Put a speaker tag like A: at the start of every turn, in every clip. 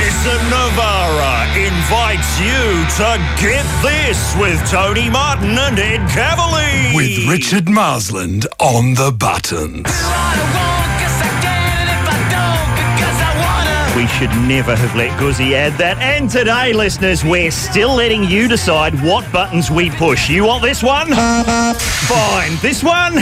A: Jason Navarra invites you to Get This with Tony Martin and Ed Cavalier.
B: With Richard Marsland on the buttons.
A: We should never have let Guzzi add that. And today, listeners, we're still letting you decide what buttons we push. You want this one? Fine. This one?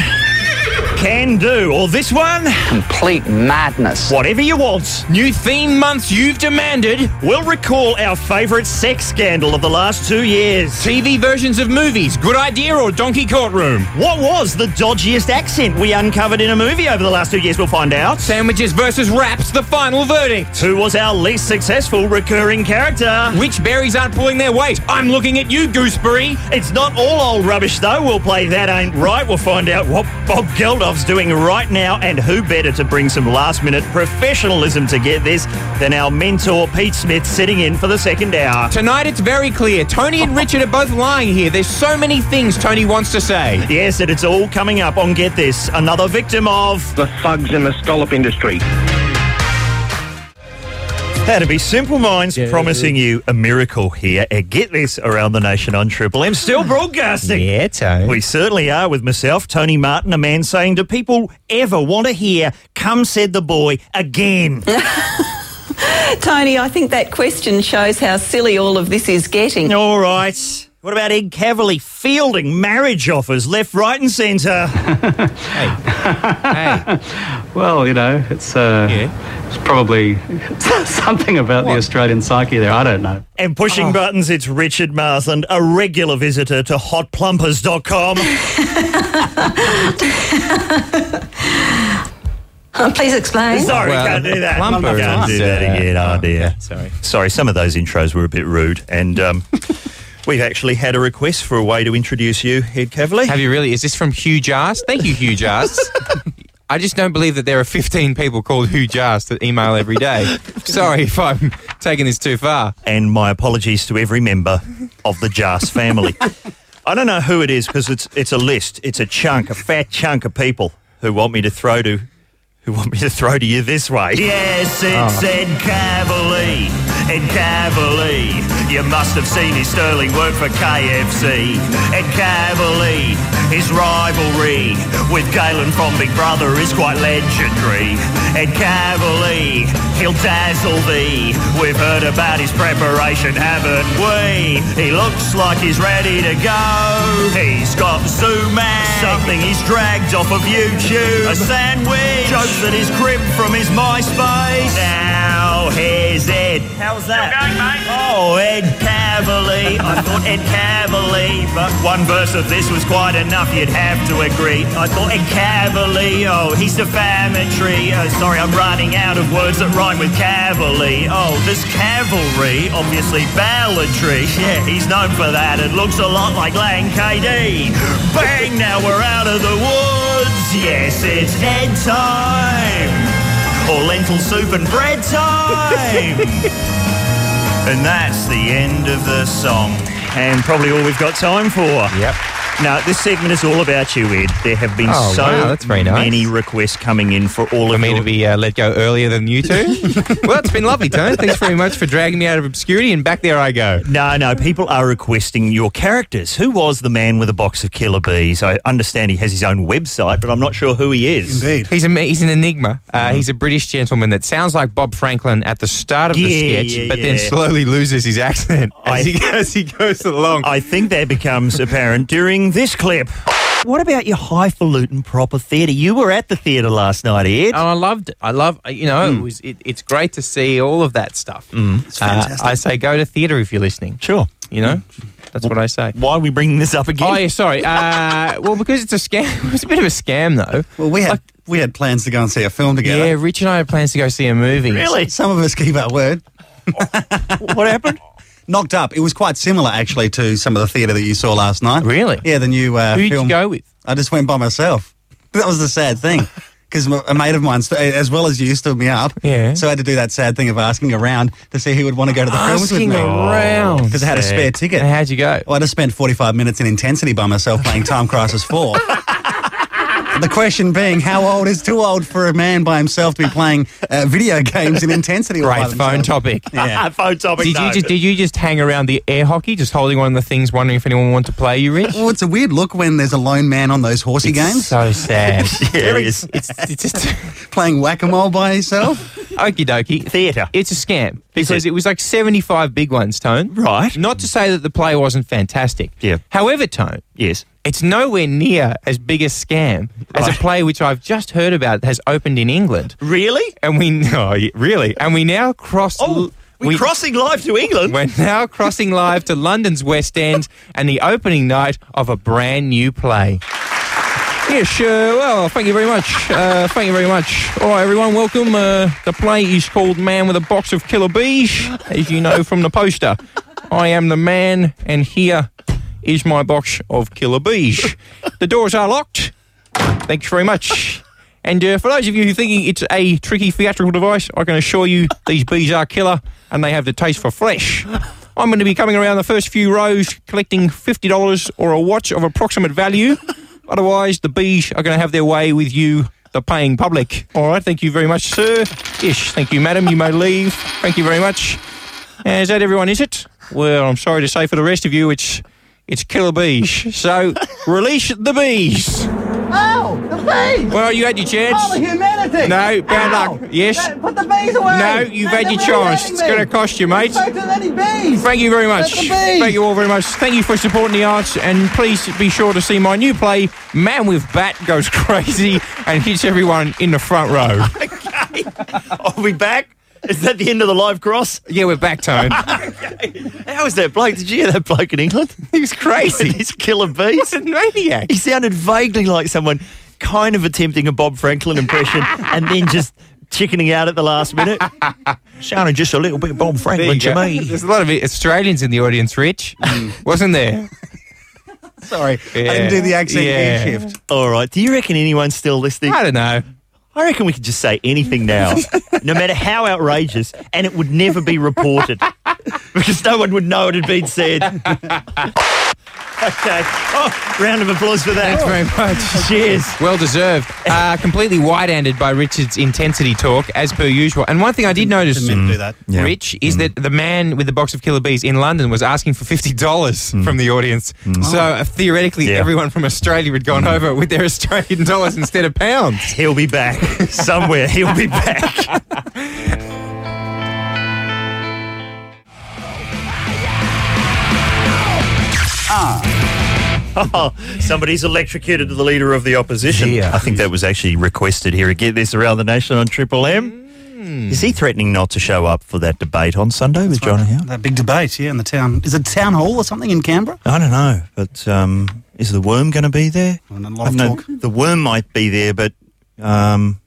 A: Can do. Or this one?
C: complete madness.
A: Whatever you want.
D: New theme months you've demanded.
A: We'll recall our favourite sex scandal of the last two years.
D: TV versions of movies. Good idea or donkey courtroom?
A: What was the dodgiest accent we uncovered in a movie over the last two years? We'll find out.
D: Sandwiches versus wraps. The final verdict.
A: Who was our least successful recurring character?
D: Which berries aren't pulling their weight? I'm looking at you, Gooseberry.
A: It's not all old rubbish, though. We'll play That Ain't Right. We'll find out what Bob Geldof's doing right now, and who better to bring some last minute professionalism to get this than our mentor, Pete Smith, sitting in for the second hour.
D: Tonight it's very clear. Tony and Richard are both lying here. There's so many things Tony wants to say.
A: Yes, and it's all coming up on Get This, another victim of.
E: the thugs in the scallop industry.
A: How to be simple minds promising you a miracle here at Get This Around the Nation on Triple M. Still broadcasting.
D: Tony.
A: We certainly are with myself, Tony Martin, a man saying, Do people ever want to hear, come said the boy, again?
F: Tony, I think that question shows how silly all of this is getting.
A: All right. What about Ed Cavalier fielding marriage offers left, right, and centre?
D: Hey,
G: Well, you know, it's uh,
D: Yeah.
G: it's probably something about the Australian psyche there. I don't know.
A: And pushing
D: Oh.
A: buttons, it's Richard Marsland, a regular visitor to hotplumpers.com.
F: Oh, please explain.
A: Sorry,
D: Well,
A: can't do that.
D: plumper
A: can't do
D: is,
A: that
D: uh,
A: again. Oh, dear.
D: sorry.
A: Sorry, some of those intros were a bit rude. And um, we've actually had a request for a way to introduce you, Ed Cavalier.
D: Have you really? Is this from Hugh Jast? Thank you, Hugh Jast. I just don't believe that there are 15 people called Hugh Jast that email every day. Sorry if I'm taking this too far.
A: and my apologies to every member of the Jas family. I don't know who it is because it's it's a list, it's a chunk, a fat chunk of people who want me to throw to who want me to throw to you this way. Ah. Yes, it's Ed Cavalier. Ed Cavalier. You must have seen his sterling work for KFC. Ed Cavalier. His rivalry with Galen from Big Brother is quite legendary. Ed Cavalier. He'll dazzle thee. We've heard about his preparation, haven't we? He looks like he's ready to go. He's got Zooman. Something he's dragged off of YouTube. A sandwich. Jokes that he's cribbed from his MySpace. Now, here's Ed. How's that? Oh, Ed Cavalier. I thought Ed Cavalier, but one verse of this was quite enough, you'd have to agree. I thought Ed Cavalier, oh, he's defamatory. Oh, sorry, I'm running out of words that rhyme with Cavalier. Oh, this cavalry, obviously balladry. Yeah, he's known for that. It looks a lot like Lang KD. Bang, now we're out of the woods. Yes, it's Ed time. Or lentil soup and bread time. And that's the end of the song. And probably all we've got time for.
D: Yep.
A: Now, this segment is all about you, Ed. There have been
D: Oh,
A: so
D: wow, that's very nice.
A: many requests coming in for all
D: For
A: of
D: me
A: your-
D: to be uh, let go earlier than you two. well, it's been lovely, Tony. Thanks very much for dragging me out of obscurity, and back there I go.
A: No, no, people are requesting your characters. Who was the man with a box of killer bees? I understand he has his own website, but I'm not sure who he is.
B: Indeed.
D: He's a ma- he's an enigma.
A: Mm-hmm.
D: Uh, he's a British gentleman that sounds like Bob Franklin at the start of the
A: Yeah,
D: sketch,
A: yeah,
D: but then
A: yeah.
D: slowly loses his accent as,
A: I-
D: he, as he goes along.
A: I think that becomes apparent during this clip. What about your highfalutin proper theatre? You were at the theatre last night, Ed. Mm.
D: Oh, I loved it. I love, you know, it was, it, it's great to see all of that stuff. It's
B: fantastic.
D: Uh, I say go to theatre if you're listening.
A: Sure. Mm.
D: You know, that's what I say.
A: Why are we bringing this up again?
D: Oh, yeah, sorry. Uh, well, because it's a scam. It's a bit of a scam, though.
H: Well, we had we had plans to go and see a film
D: Yeah,
H: together.
D: Rich and I had plans to go see a movie.
A: Really?
H: Some of us keep our word.
A: What happened?
H: Knocked up. It was quite similar, actually, to some of the theatre that you saw last night.
D: Really?
H: Yeah, the new uh,
D: Who did
H: film.
D: you go with?
H: I just went by myself. That was the sad thing. Because a mate of mine, st- as well as you, stood me up.
D: Yeah.
H: So I had to do that sad thing of asking around to see who would want to go to the films with
D: Asking
H: me.
D: around.
H: Because I had a spare ticket.
D: And how'd you go?
H: Well, I just spent 45 minutes in intensity by myself playing Time Crisis 4. The question being, how old is too old for a man by himself to be playing uh, video games in intensity? all by
D: Great phone
H: themselves?
D: topic.
H: Yeah.
A: Phone topic.
D: Did
A: no.
D: you just did you just hang around the air hockey, just holding one of the things, wondering if anyone wanted to play you, Rich?
H: Well, it's a weird look when there's a lone man on those horsey games
D: So sad.
A: Yeah, it is.
D: It's, it's just
H: playing whack a mole by himself.
D: okie dokie.
A: Theatre.
D: It's a scam because
A: it?
D: it was like 75 big ones, Tone.
A: Right.
D: Not to say that the play wasn't fantastic.
A: Yeah.
D: However, Tone,
A: Yes.
D: it's nowhere near as big a scam as a
A: Right.
D: play which I've just heard about that has opened in England.
A: Really?
D: And we, oh, yeah, really? And we now cross.
A: Oh, we're crossing live to England.
D: We're now crossing live to London's West End and the opening night of a brand new play. Yeah, sure. uh, Well, thank you very much. Uh, thank you very much. All right, everyone, welcome. Uh, the play is called Man with a Box of Killer Bees, as you know from the poster. I am the man, and here is my box of killer bees. The doors are locked. Thanks very much. And uh, for those of you who thinking it's a tricky theatrical device, I can assure you these bees are killer and they have the taste for flesh. I'm going to be coming around the first few rows collecting $50 or a watch of approximate value. Otherwise, the bees are going to have their way with you, the paying public. All right, thank you very much, sir. Ish, thank you, madam. You may leave. Thank you very much. Uh, Is that everyone, is it? Well, I'm sorry to say for the rest of you, it's it's killer bees. So release the bees.
I: Ow! Oh, The bees!
D: Well, you had your chance.
I: Oh, humanity!
D: No, bad
I: Ow!
D: luck. Yes.
I: That- Put the bees away!
D: No, you've had your chance. It's going to cost you, mate.
I: So to any bees!
D: Thank you very much.
I: Let the bees.
D: Thank you all very much. Thank you for supporting the arts, and please be sure to see my new play, Man with Bat Goes Crazy, and hits everyone in the front row.
A: I'll be back. Is that the end of the live cross?
D: Yeah, we're back, Tone.
A: How was that bloke? Did you hear that bloke in England?
D: he was
A: With
D: crazy.
A: his killer bees.
D: He's a maniac.
A: He sounded vaguely like someone kind of attempting a Bob Franklin impression and then just chickening out at the last minute. Sounded just a little bit Bob
D: There
A: Franklin
D: you
A: to
D: go.
A: me.
D: There's a lot of Australians in the audience, Rich.
A: Mm.
D: Wasn't there?
H: Sorry, I
D: Yeah.
H: didn't do the accent
D: Yeah.
H: E shift.
A: All right. Do you reckon anyone's still listening?
D: I don't know.
A: I reckon we could just say anything now, no matter how outrageous, and it would never be reported because no one would know it had been said. okay. Oh, round of applause for that.
D: Thanks very much.
A: Cheers.
D: Well deserved. Uh, completely wide-handed by Richard's intensity talk, as per usual. And one thing I did notice, Mm.
H: Didn't mean to do that.
A: Yeah. Mm.
D: Rich, is that the man with the box of killer bees in London was asking for fifty dollars from the audience. So uh, theoretically,
A: Mm. Yeah. Mm.
D: everyone from Australia had gone over with their Australian dollars instead of pounds.
A: He'll be back somewhere. He'll be back. Oh, somebody's electrocuted the leader of the opposition.
D: Yeah.
A: I think that was actually requested here again. This around the nation on Triple M.
H: Hmm.
A: Is he threatening not to show up for that debate on Sunday with John Howe?
H: That big debate, yeah, in the town. Is it town hall or something in Canberra?
A: I don't know, but um, is the worm going to be there?
H: And a lot of
A: I don't
H: talk.
A: The worm might be there, but um,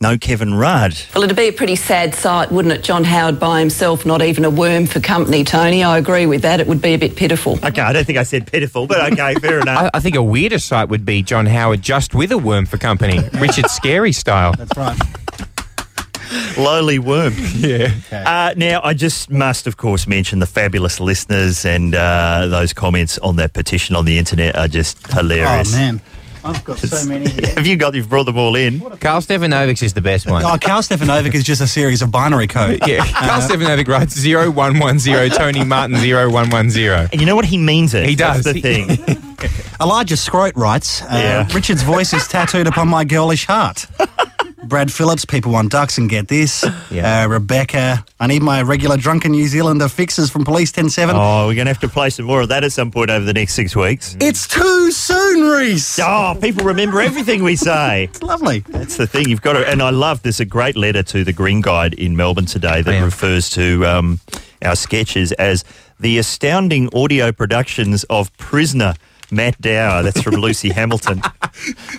A: no Kevin Rudd.
F: Well, it'd be a pretty sad sight, wouldn't it? John Howard by himself, not even a worm for company, Tony. I agree with that. It would be a bit pitiful.
A: Okay, I don't think I said pitiful, but okay, fair enough.
D: I, I think a weirder sight would be John Howard just with a worm for company, Richard Scary style.
H: That's right.
A: Lowly worm.
D: Yeah.
A: Uh, now, I just must, of course, mention the fabulous listeners and uh, those comments on that petition on the internet are just
H: Oh
A: hilarious.
H: man, I've got so many. Here.
A: Have you got? You've brought them all in.
D: Carl Stefanovics is the best one.
H: Oh, Carl Stefanovic is just a series of binary code. Uh,
D: Yeah, Carl Stefanovic writes 0110, Tony Martin 0110.
A: And you know what he means it.
D: He does.
A: That's the
D: He-
A: thing.
H: Elijah Scroat writes, uh,
A: Yeah.
H: Richard's voice is tattooed upon my girlish heart. Brad Phillips, people want ducks and get this.
D: Yeah.
H: Uh, Rebecca, I need my regular drunken New Zealander fixes from Police 107.
A: oh, we're going to have to play some more of that at some point over the next six weeks.
H: It's too soon, Reese.
A: Oh, people remember everything we say.
H: It's lovely.
A: That's the thing. You've got to, and I love. There's a great letter to the Green Guide in Melbourne today that
D: Oh, Yeah.
A: refers to um, our sketches as the astounding audio productions of Prisoner Matt Dower. That's from Lucy Hamilton.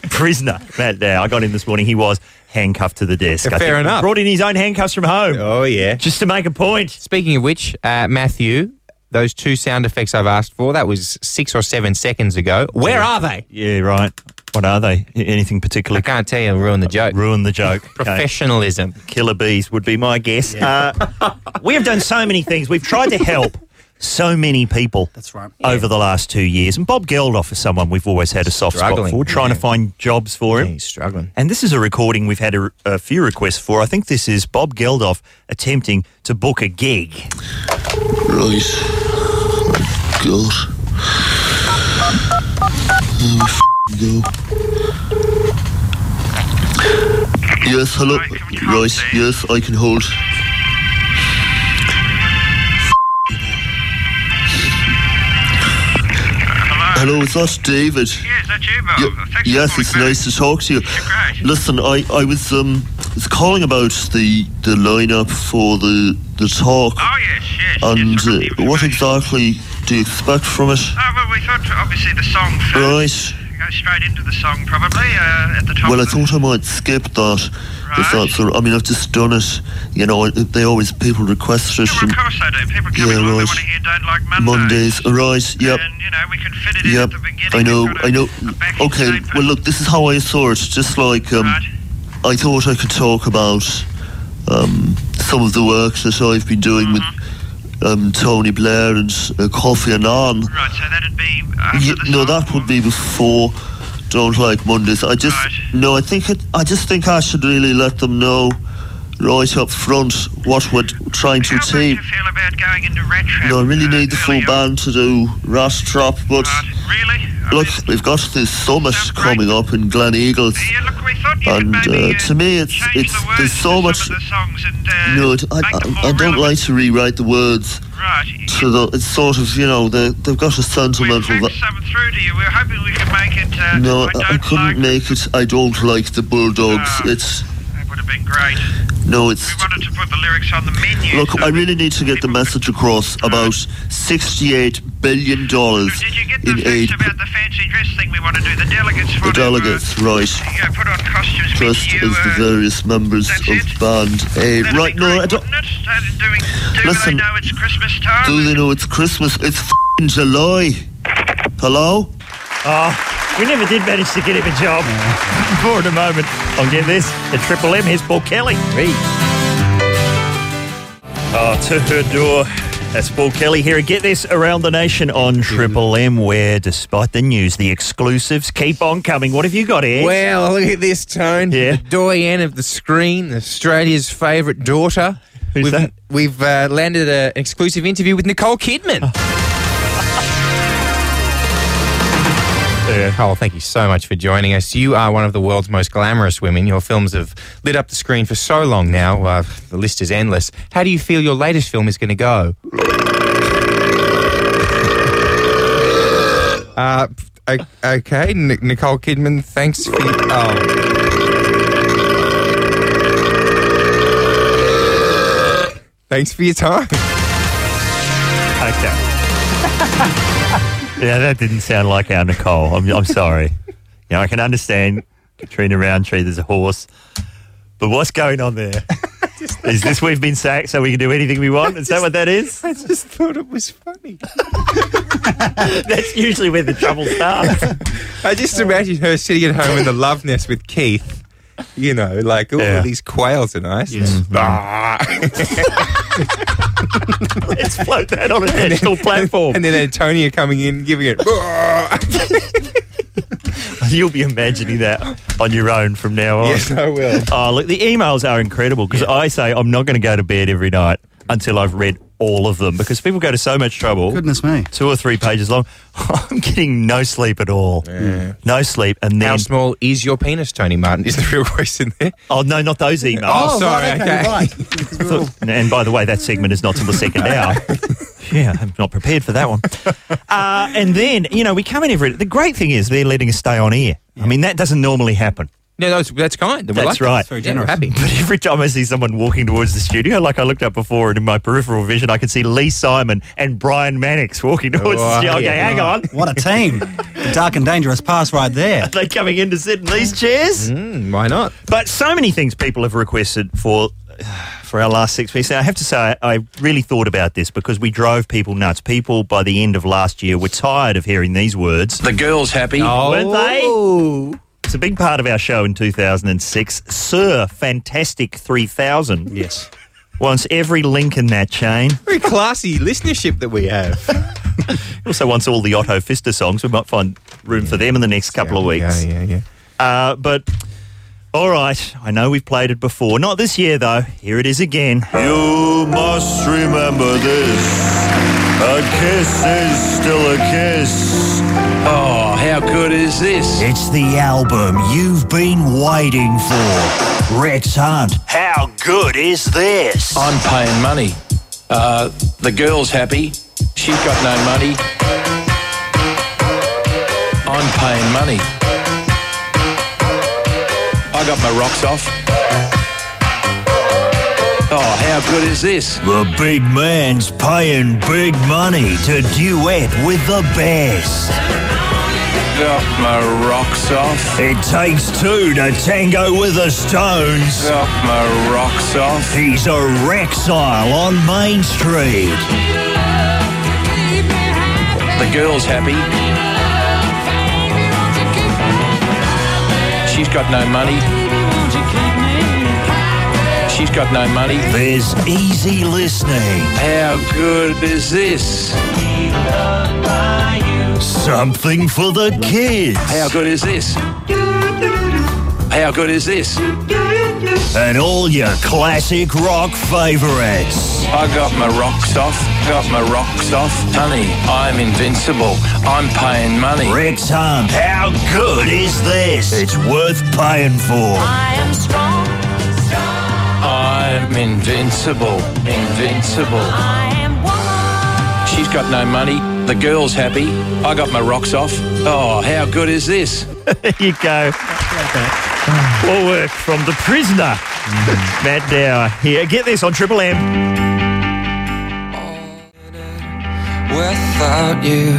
A: Prisoner Matt Dower. I got him this morning. He was handcuffed to the desk.
D: Yeah,
A: I think
D: fair
A: he
D: enough.
A: Brought in his own handcuffs from home
D: Oh, yeah.
A: just to make a point.
D: Speaking of which, uh, Matthew, those two sound effects I've asked for, that was six or seven seconds ago. Where are they?
A: Yeah, right. What are they? A- Anything
D: I
A: particular?
D: can't tell you, I'll ruin the joke.
A: Ruin the joke. Okay.
D: Professionalism.
A: killer bees would be my guess. Uh, we have done so many things. We've tried to help. so many people
H: That's right.
A: over the last two years. And Bob Geldof is someone we've always had a soft
D: Struggling,
A: spot for, trying
D: yeah.
A: to find jobs for him.
D: He's struggling.
A: And this is a recording we've had a, a few requests for. I think this is Bob Geldof attempting to book a gig.
J: Right. God. There we f- go. Yes, hello. Right, yes, I can hold. Hello, is that David? Ye- yes, it's nice to talk to you. Listen, I, I was um was calling about the the lineup for the the talk.
E: Oh, yes, yes.
J: And
E: yes,
J: uh,
E: I remember
J: what
E: you-
J: exactly do you expect from it?
E: Oh, well, we thought obviously the song
J: Right.
E: first. Go straight into the song, probably, uh, at the top.
J: Well, I
E: of the-
J: thought I might skip that. If
E: Right.
J: that's all, I mean, I've just done it. You know, I- they always people request it
E: Yeah, well,
J: from
E: of course they do. People come
J: Yeah,
E: in all they
J: right.
E: want to hear don't like Mondays.
J: Mondays. Right. Yep.
E: And, you know, we can fit it in
J: Yep.
E: at the beginning.
J: I know.
E: We've got
J: I
E: a-
J: know.
E: a backing
J: Okay.
E: tape
J: Well,
E: and-
J: look, this is how I saw it. Just like um,
E: Right.
J: I thought I could talk about um, some of the work that I've been
E: Mm.
J: doing with um, Tony Blair and uh, Kofi Annan.
E: Right, so that'd be uh, after
J: Ye-
E: the
J: no,
E: song,
J: that
E: or-
J: would be before. Don't like Mondays. I just
E: Right.
J: no. I think it, I just think I should really let them know right up front what we're trying to
E: How would
J: achieve.
E: you feel about going into Rat Trap?
J: No, I really
E: uh,
J: need the full
E: early on?
J: band to do Rat Trap, but
E: Right, really? I
J: look,
E: mean,
J: we've got this summit
E: Sounds great.
J: coming up in Glen Eagles.
E: Yeah, look, we thought you
J: And,
E: could maybe,
J: uh, to me, it's-
E: change
J: it's-
E: the words
J: there's so
E: to
J: much-
E: Some of the songs and, uh,
J: No, it, I,
E: make them
J: I,
E: more
J: I don't like
E: relevant.
J: to rewrite the words.
E: Right.
J: So the, it's sort of, you know, they, they've got a
E: we'll
J: sentimental.
E: fax
J: va-
E: some through to you. We're hoping we can make it. Uh,
J: No, I,
E: I, don't
J: I couldn't
E: like,
J: make it. I don't like the Bulldogs.
E: Ah.
J: It's
E: That would have been great.
J: no,
E: We
J: it's
E: wanted to put the lyrics on the menu.
J: Look,
E: so
J: I really need to get the
E: people- Ah.
J: message across about $68 billion
E: Did you get the
J: in aid
E: facts about the fancy dress thing we want to do? The delegates
J: the
E: want
J: delegates,
E: to. uh,
J: right?
E: You know, put on costumes. with
J: Just
E: you,
J: as the
E: uh,
J: various members
E: that's
J: of
E: it?
J: Band Aid.
E: that'd
J: Right,
E: be
J: no,
E: great,
J: I don't.
E: wouldn't it? Started doing, do
J: Listen,
E: they know it's Christmas time?
J: Do they know it's Christmas? It's fing July. Hello?
A: Oh, we never did manage to get him a job. More in a moment. I'll get this. The Triple M. Here's Paul Kelly. Oh, to her door. That's Paul Kelly here. Get this around the nation
D: Mm-hmm.
A: on Triple M, where despite the news, the exclusives keep on coming. What have you got here?
D: Well, look at this tone.
A: Yeah.
D: The doyen of the screen, Australia's favourite daughter.
A: Who's
D: we've,
A: that?
D: We've uh, landed a, an exclusive interview with Nicole Kidman.
A: Oh.
D: Nicole, thank you so much for joining us. You are one of the world's most glamorous women. Your films have lit up the screen for so long now. Uh, the list is endless. How do you feel your latest film is going to go? Uh, o- okay, N- Nicole Kidman, thanks for. Your- oh. oh. Thanks for your time.
A: Okay. yeah, that didn't sound like our Nicole. I'm, I'm sorry. You know, I can understand Katrina Roundtree, there's a horse. But what's going on there? Is this we've been sacked so we can do anything we want? Is that what that is?
D: I just thought it was funny.
A: That's usually where the trouble starts.
D: I just imagine her sitting at home in the love nest with Keith. You know, like, oh,
A: Yeah.
D: these quails are nice. Mm-hmm. Ah.
A: Let's float that on a national platform.
D: and then Antonia coming in, giving it. "Ah."
A: You'll be imagining that on your own from now on.
D: yes, I will.
A: Oh, look, the emails are incredible because I say I'm not going to go to bed every night until I've read all of them because people go to so much trouble.
H: Goodness me.
A: Two or three pages long. I'm getting no sleep at all. No sleep. And
D: How
A: then,
D: small is your penis, Tony Martin? Is the real question there?
A: oh, no, not those emails.
D: Oh, sorry, okay.
A: So- and, and by the way, that segment is not till the second hour. yeah, I'm not prepared for that one. Uh, and then, you know, we come in every. The great thing is they're letting us stay on air. I mean, that doesn't normally happen.
D: No, that's, that's kind. We're
A: That's
D: lucky.
A: right.
D: Yeah, we're happy.
A: But every time I see someone walking towards the studio, like I looked up before, and in my peripheral vision, I could see Lee Simon and Brian Mannix walking towards the
D: Oh,
A: studio. Okay,
D: yeah.
A: hang on.
H: What a team. The dark and dangerous pass right there.
A: They're coming in to sit in these chairs.
D: Mm, why not?
A: But so many things people have requested for for our last six weeks. Now, I have to say, I really thought about this because we drove people nuts. People by the end of last year were tired of hearing these words.
E: The girl's happy.
A: Weren't they?
D: Oh.
A: It's a big part of our show in 2006. Sir Fantastic 3000.
H: Yes.
A: wants every link in that chain.
D: Very classy listenership that we have.
A: He also wants all the Otto Fister songs. We might find room for them in the next couple of weeks.
D: Yeah, yeah, yeah.
A: Uh, but all right, I know we've played it before. Not this year, though. Here it is again.
B: You must remember this. A kiss is still a kiss.
E: Oh, how good is this?
K: It's the album you've been waiting for. Rex Hunt. How good is this?
E: I'm paying money. Uh, the girl's happy. She's got no money. I'm paying money. I got my rocks off. Oh, how good is this?
K: The big man's paying big money to duet with the best.
E: Got my rocks off.
K: It takes two to tango with the Stones.
E: Got my rocks off.
K: He's a Rexile on Main Street.
E: The girl's happy. She's got no money. She's got no money.
K: There's easy listening,
E: How good is this?
K: something for the kids,
E: How good is this? How good is this?
K: and all your classic rock favourites.
E: I got my rocks off. Got my rocks off. Honey, I'm invincible. I'm paying money.
K: Rex Hunt, how good is this? It's worth paying for.
E: I'm invincible. Invincible. She's got no money. The girl's happy. I got my rocks off. Oh, how good is this?
A: There you go. More work from the prisoner, Matt Dower. Here, get this on Triple M.
L: Without you,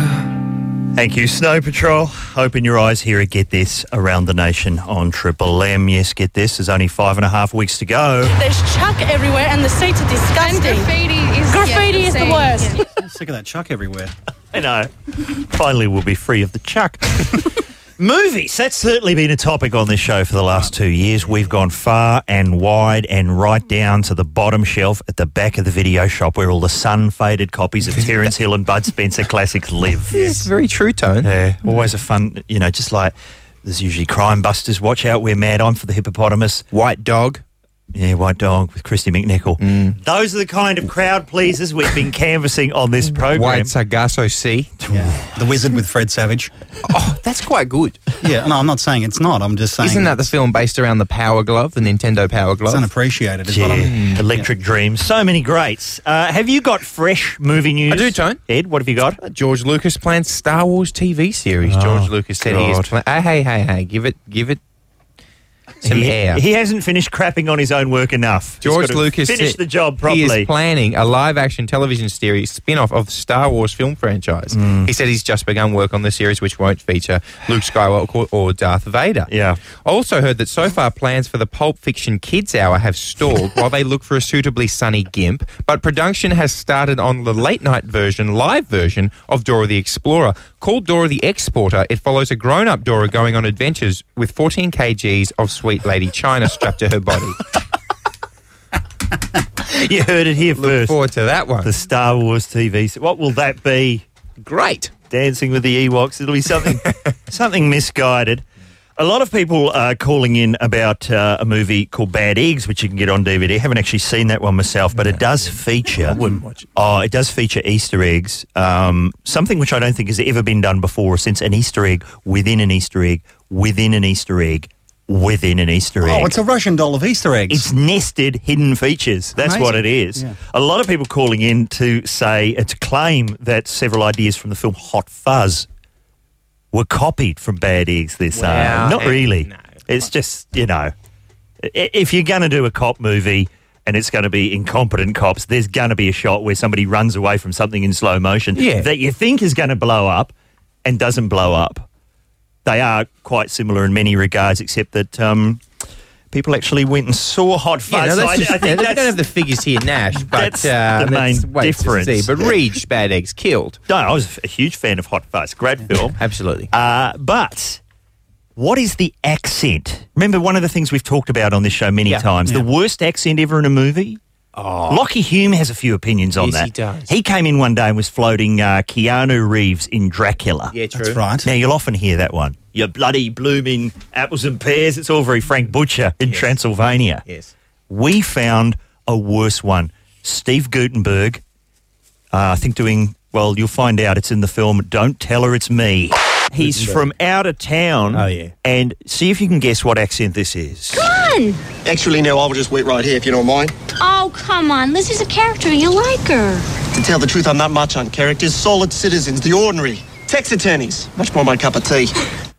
A: Thank you, Snow Patrol. Open your eyes here at Get This Around the Nation on Triple M. Yes, get this. There's only five and a half weeks to go.
M: There's chuck everywhere and the streets are disgusting. graffiti is, the worst.
H: I'm sick of that chuck everywhere.
A: I know. Finally, we'll be free of the chuck. Movies. That's certainly been a topic on this show for the last two years. We've gone far and wide and right down to the bottom shelf at the back of the video shop where all the sun faded copies of Terence Hill and Bud Spencer classics live.
D: It's very true tone.
A: Yeah, always a fun, you know, just like there's usually Crime Busters, Watch Out, We're Mad, I'm for the Hippopotamus.
D: White dog. Mm.
A: Yeah, White Dog with Christy McNichol. Those are the kind of crowd pleasers we've been canvassing on this program.
D: White Sargasso Sea.
H: The Wizard with Fred Savage.
D: Oh, that's quite good.
H: Yeah, no, I'm not saying it's not. I'm just saying
D: Isn't that the
H: it's,
D: film based around the Power Glove, the Nintendo Power
H: it's
D: Glove?
H: unappreciated? Is
A: Yeah,
H: what I'm,
A: Electric Dreams. So many greats. Uh, have you got fresh movie news?
D: do, Tone.
A: Ed, what have you got?
D: Uh,
A: Ah.
D: George Lucas plans Star Wars TV series. George Lucas said he is.
A: Oh, God.
D: Pla- hey, hey, hey, hey! Give it, give it some
A: he,
D: air.
A: he hasn't finished crapping on his own work enough. He's
D: George
A: got to
D: Lucas
A: finish
D: said
A: the job
D: He
A: properly.
D: is planning a live-action television series spin-off of the Star Wars film franchise.
A: Hmm.
D: He said he's just begun work on the series, which won't feature Luke Skywalker or Darth Vader.
A: Yeah.
D: Also heard that so far plans for the Pulp Fiction Kids Hour have stalled while they look for a suitably sunny gimp, but production has started on the late-night version, live version of Dora the Explorer. Called Dora the Exporter, it follows a grown-up Dora going on adventures with 14 kgs of sweet lady China strapped to her body.
A: you heard it here
D: Look
A: first.
D: forward to that one.
A: The Star Wars TV. se- What will that be?
D: Great.
A: Dancing with the Ewoks. It'll be something, something misguided. A lot of people are calling in about uh, a movie called Bad Eggs, which you can get on DVD. I haven't actually seen that one myself, but it does feature. I wouldn't watch it. Oh, it does feature Easter eggs. Um, something which I don't think has ever been done before or since an Easter egg within an Easter egg within an Easter egg within an Easter egg.
H: oh, it's a Russian doll of Easter eggs.
A: It's nested hidden features. That's
H: Amazing.
A: what it is.
H: Yeah.
A: A lot of people calling in to say, uh, to claim that several ideas from the film Hot Fuzz were copied from Bad Eggs this
D: Wow.
A: summer. Not
D: Eh,
A: really.
D: no.
A: It's just, you know, i- if you're going to do a cop movie and it's going to be incompetent cops, there's going to be a shot where somebody runs away from something in slow motion
D: Yeah.
A: that you think is going to blow up and doesn't blow up. They are quite similar in many regards, except that um, people actually went and saw Hot Fuzz.
D: Yeah, no,
A: So
D: that's
A: I,
D: just-
A: I think
D: yeah, we don't
A: that's.
D: have the figures here, Nash, but
A: That's
D: uh,
A: the
D: let's
A: main
D: wait to
A: difference.
D: see. But Reach, Bad Eggs, killed.
A: No, I was a huge fan of Hot Fuzz. Great film.
D: Absolutely.
A: Uh, but what is the accent? Remember, one of the things we've talked about on this show many
D: Yeah. Oh.
A: times the worst accent ever in a movie? Lockie Hume has a few opinions on
D: Yes,
A: that.
D: he does.
A: He came in one day and was floating uh, Keanu Reeves in Dracula.
D: Yeah, true. That's
A: right. Now, you'll often hear that one. Your bloody blooming apples and pears. It's all very Frank Butcher in Transylvania.
D: Yes.
A: We found a worse one. Steve Gutenberg, uh, I think, doing, well, you'll find out it's in the film Don't Tell Her It's Me. He's from out of town. Oh, yeah. And see if you can guess what accent this is.
L: Come on!
N: Actually, no, I'll just wait right here if you don't mind.
L: Oh, come on. Lizzie's a character. You like her.
N: To tell the truth, I'm not much on characters. Solid citizens, the ordinary, tax attorneys. Much more my cup of tea.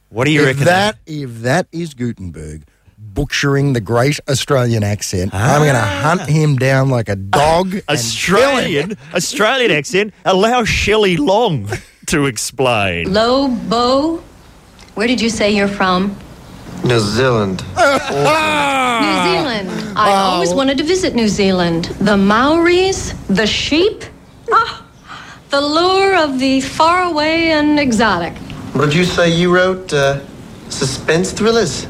A: What do you
O: if
N: reckon?
O: That if that is Gutenberg butchering the great Australian accent, I'm going to
A: Ah.
O: hunt him down like a dog. and
A: Australian, Australian accent. Allow Shelley Long to explain.
P: Low Bo, where did you say you're from?
N: New Zealand.
P: New Zealand. I always wanted to visit New Zealand. The Maoris, the sheep, ah, the lure of the faraway and exotic.
N: What did you say you wrote? Uh, suspense thrillers?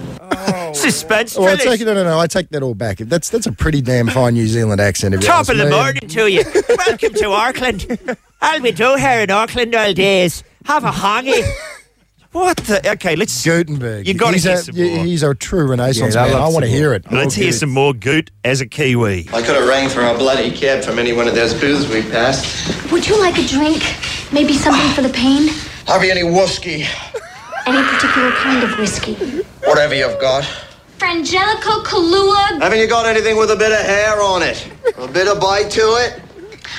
A: Suspense
O: Well, I take it. No, no, no. I take that all back. If That's that's a pretty damn fine New Zealand accent. If you ask me.
Q: to you. Welcome to Auckland. I'll be do here in Auckland all days. Have a hongy.
A: What the? Okay, let's.
O: Gutenberg.
A: You gotta
O: he's
A: hear
O: a,
A: some
O: y- He's a true Renaissance man. I want to hear it. Oh,
A: Let's hear some more Goot as a Kiwi.
N: I could have rang for a bloody cab from any one of those booths we passed.
L: Would you like a drink? Maybe something for the pain?
N: Hardly any whiskey.
L: Any particular kind of whiskey?
N: Whatever you've got.
L: Frangelico Kahlua.
N: Haven't you got anything with a bit of hair on it? A bit of bite to it?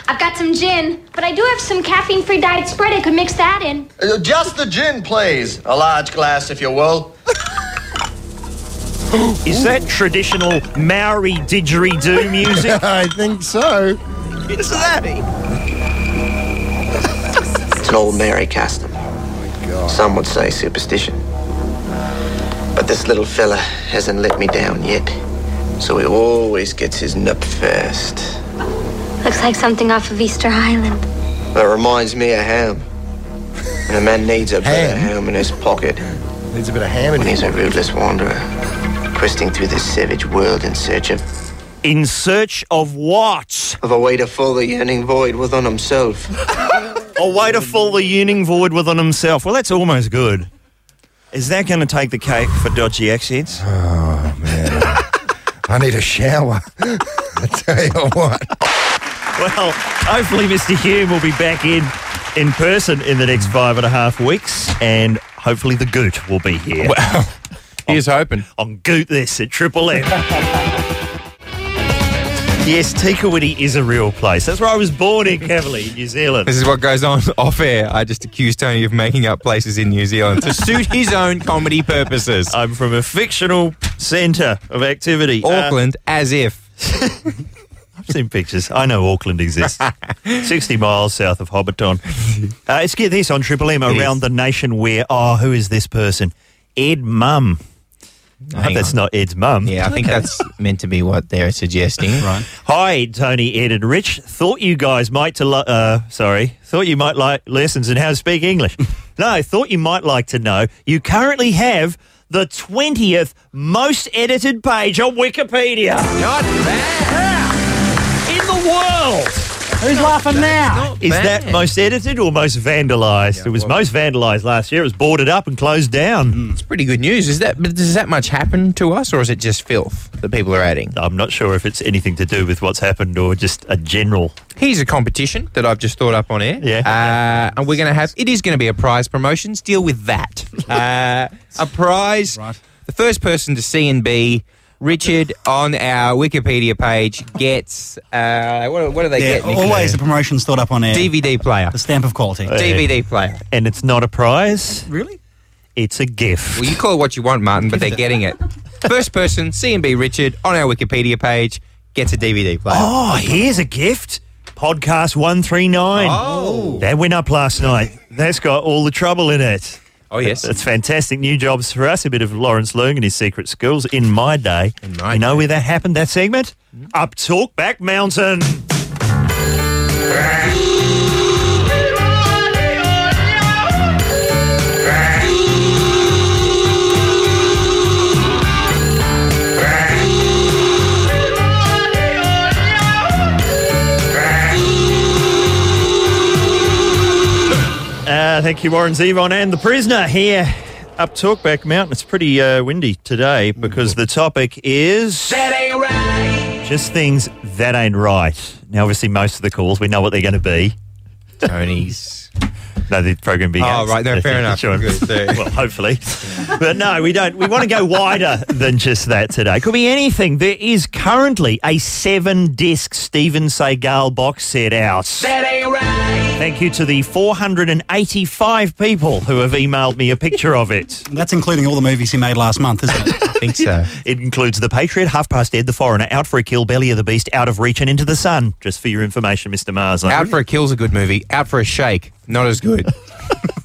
L: I've got some gin, but I do have some caffeine-free diet spread. I could mix that in.
N: Uh, Just the gin, please. A large glass, if you will.
A: Is that traditional Maori didgeridoo music?
O: I think so.
A: It's that.
N: It's an old Mary custom. Some would say superstition. But this little fella hasn't let me down yet. So he always gets his nip first.
L: Looks like something off of Easter Island.
N: That reminds me of ham. And a man needs a bit of ham in his pocket.
O: Needs a bit of ham in
N: When he's a rootless wanderer, questing through this savage world in search of.
A: In search of what?
N: Of a way to fill the yearning void within himself.
A: A way to fill the yearning void within himself. Well, that's almost good. Is that going to take the cake for dodgy accents?
O: Oh man, I need a shower. I tell you what.
A: Well, hopefully Mr. Hume will be back in in person in the next five and a half weeks, and hopefully the Goot will be here. Well,
D: here's hoping.
A: On Goot this at Triple M. yes, Tikawiti is a real place. That's where I was born in Cavalier, New Zealand.
D: This is what goes on off air. I just accused Tony of making up places in New Zealand to suit his own comedy purposes.
A: I'm from a fictional centre of activity. Uh,
D: Auckland, as if.
A: I've seen pictures. I know Auckland exists. 60 miles south of Hobbiton. Uh, let's get this on Triple M
D: Yes.
A: around the nation where, oh, who is this person? Ed Mum. I hope
D: Hang
A: that's
D: on.
A: not Ed's mum.
D: Yeah, I think that's meant to be what they're suggesting. right.
A: Hi, Tony, Ed, and Rich. Thought you guys might to li- uh, sorry. Thought you might like lessons in how to speak English. no, thought you might like to know. You currently have the twentieth most edited page on Wikipedia. Not bad. In the world.
I: Who's laughing now?
A: Is that most edited or most vandalised? it was most vandalised last year. It was boarded up and closed down.
D: Mm. It's pretty good news. Is that but does that much happen to us, or is it just filth that people are adding?
A: I'm not sure if it's anything to do with what's happened or just a general.
D: Here's a competition that I've just thought up on air. Yeah. Uh, and we're going to have, it is going to be a prize promotions. Deal with that. Uh, a prize. Right. The first person to C and B Richard on our Wikipedia page gets, uh, what, what do they
H: Yeah,
D: get? Nicola?
H: always
A: Uh,
H: the promotion's thought up on air.
D: DVD player.
H: The stamp of quality.
D: DVD player.
A: And it's not a prize.
H: Really?
A: It's a gift.
D: Well, you call it what you want, Martin, but they're getting it. First person, C and B Richard, on our Wikipedia page, gets a DVD player.
A: Oh, here's a gift. Podcast 139.
D: Oh.
A: That went up last night. That's got all the trouble in it.
D: Oh, yes.
A: It's fantastic. New jobs for us. A bit of Lawrence Leung and his secret schools in my day. In my you know where that happened, that segment?
D: Mm.
A: Up Talk Back Mountain. Uh, thank you, Warren Zevon and the prisoner here up Talkback Mountain. It's pretty uh, windy today because the topic is just things that ain't right. Now, obviously, most of the calls we know what they're going to be.
D: Tony's.
A: No, the program being
D: Oh,
A: out.
D: right, no, fair enough.
A: Sure.
D: Good, there.
A: well, hopefully. But no, we don't. We want to go wider than just that today. Could be anything. There is currently a seven disc Steven Seagal box set out. Thank you to the 485 people who have emailed me a picture of it.
H: That's including all the movies he made last month, isn't it? I
D: think so.
A: It includes The Patriot, Half Past Dead, The Foreigner, Out for a Kill, Belly of the Beast, Out of Reach, and Into the Sun. Just for your information, Mr. Marsland.
D: Out for a Kill's a good movie. Out for a Shake, not as good.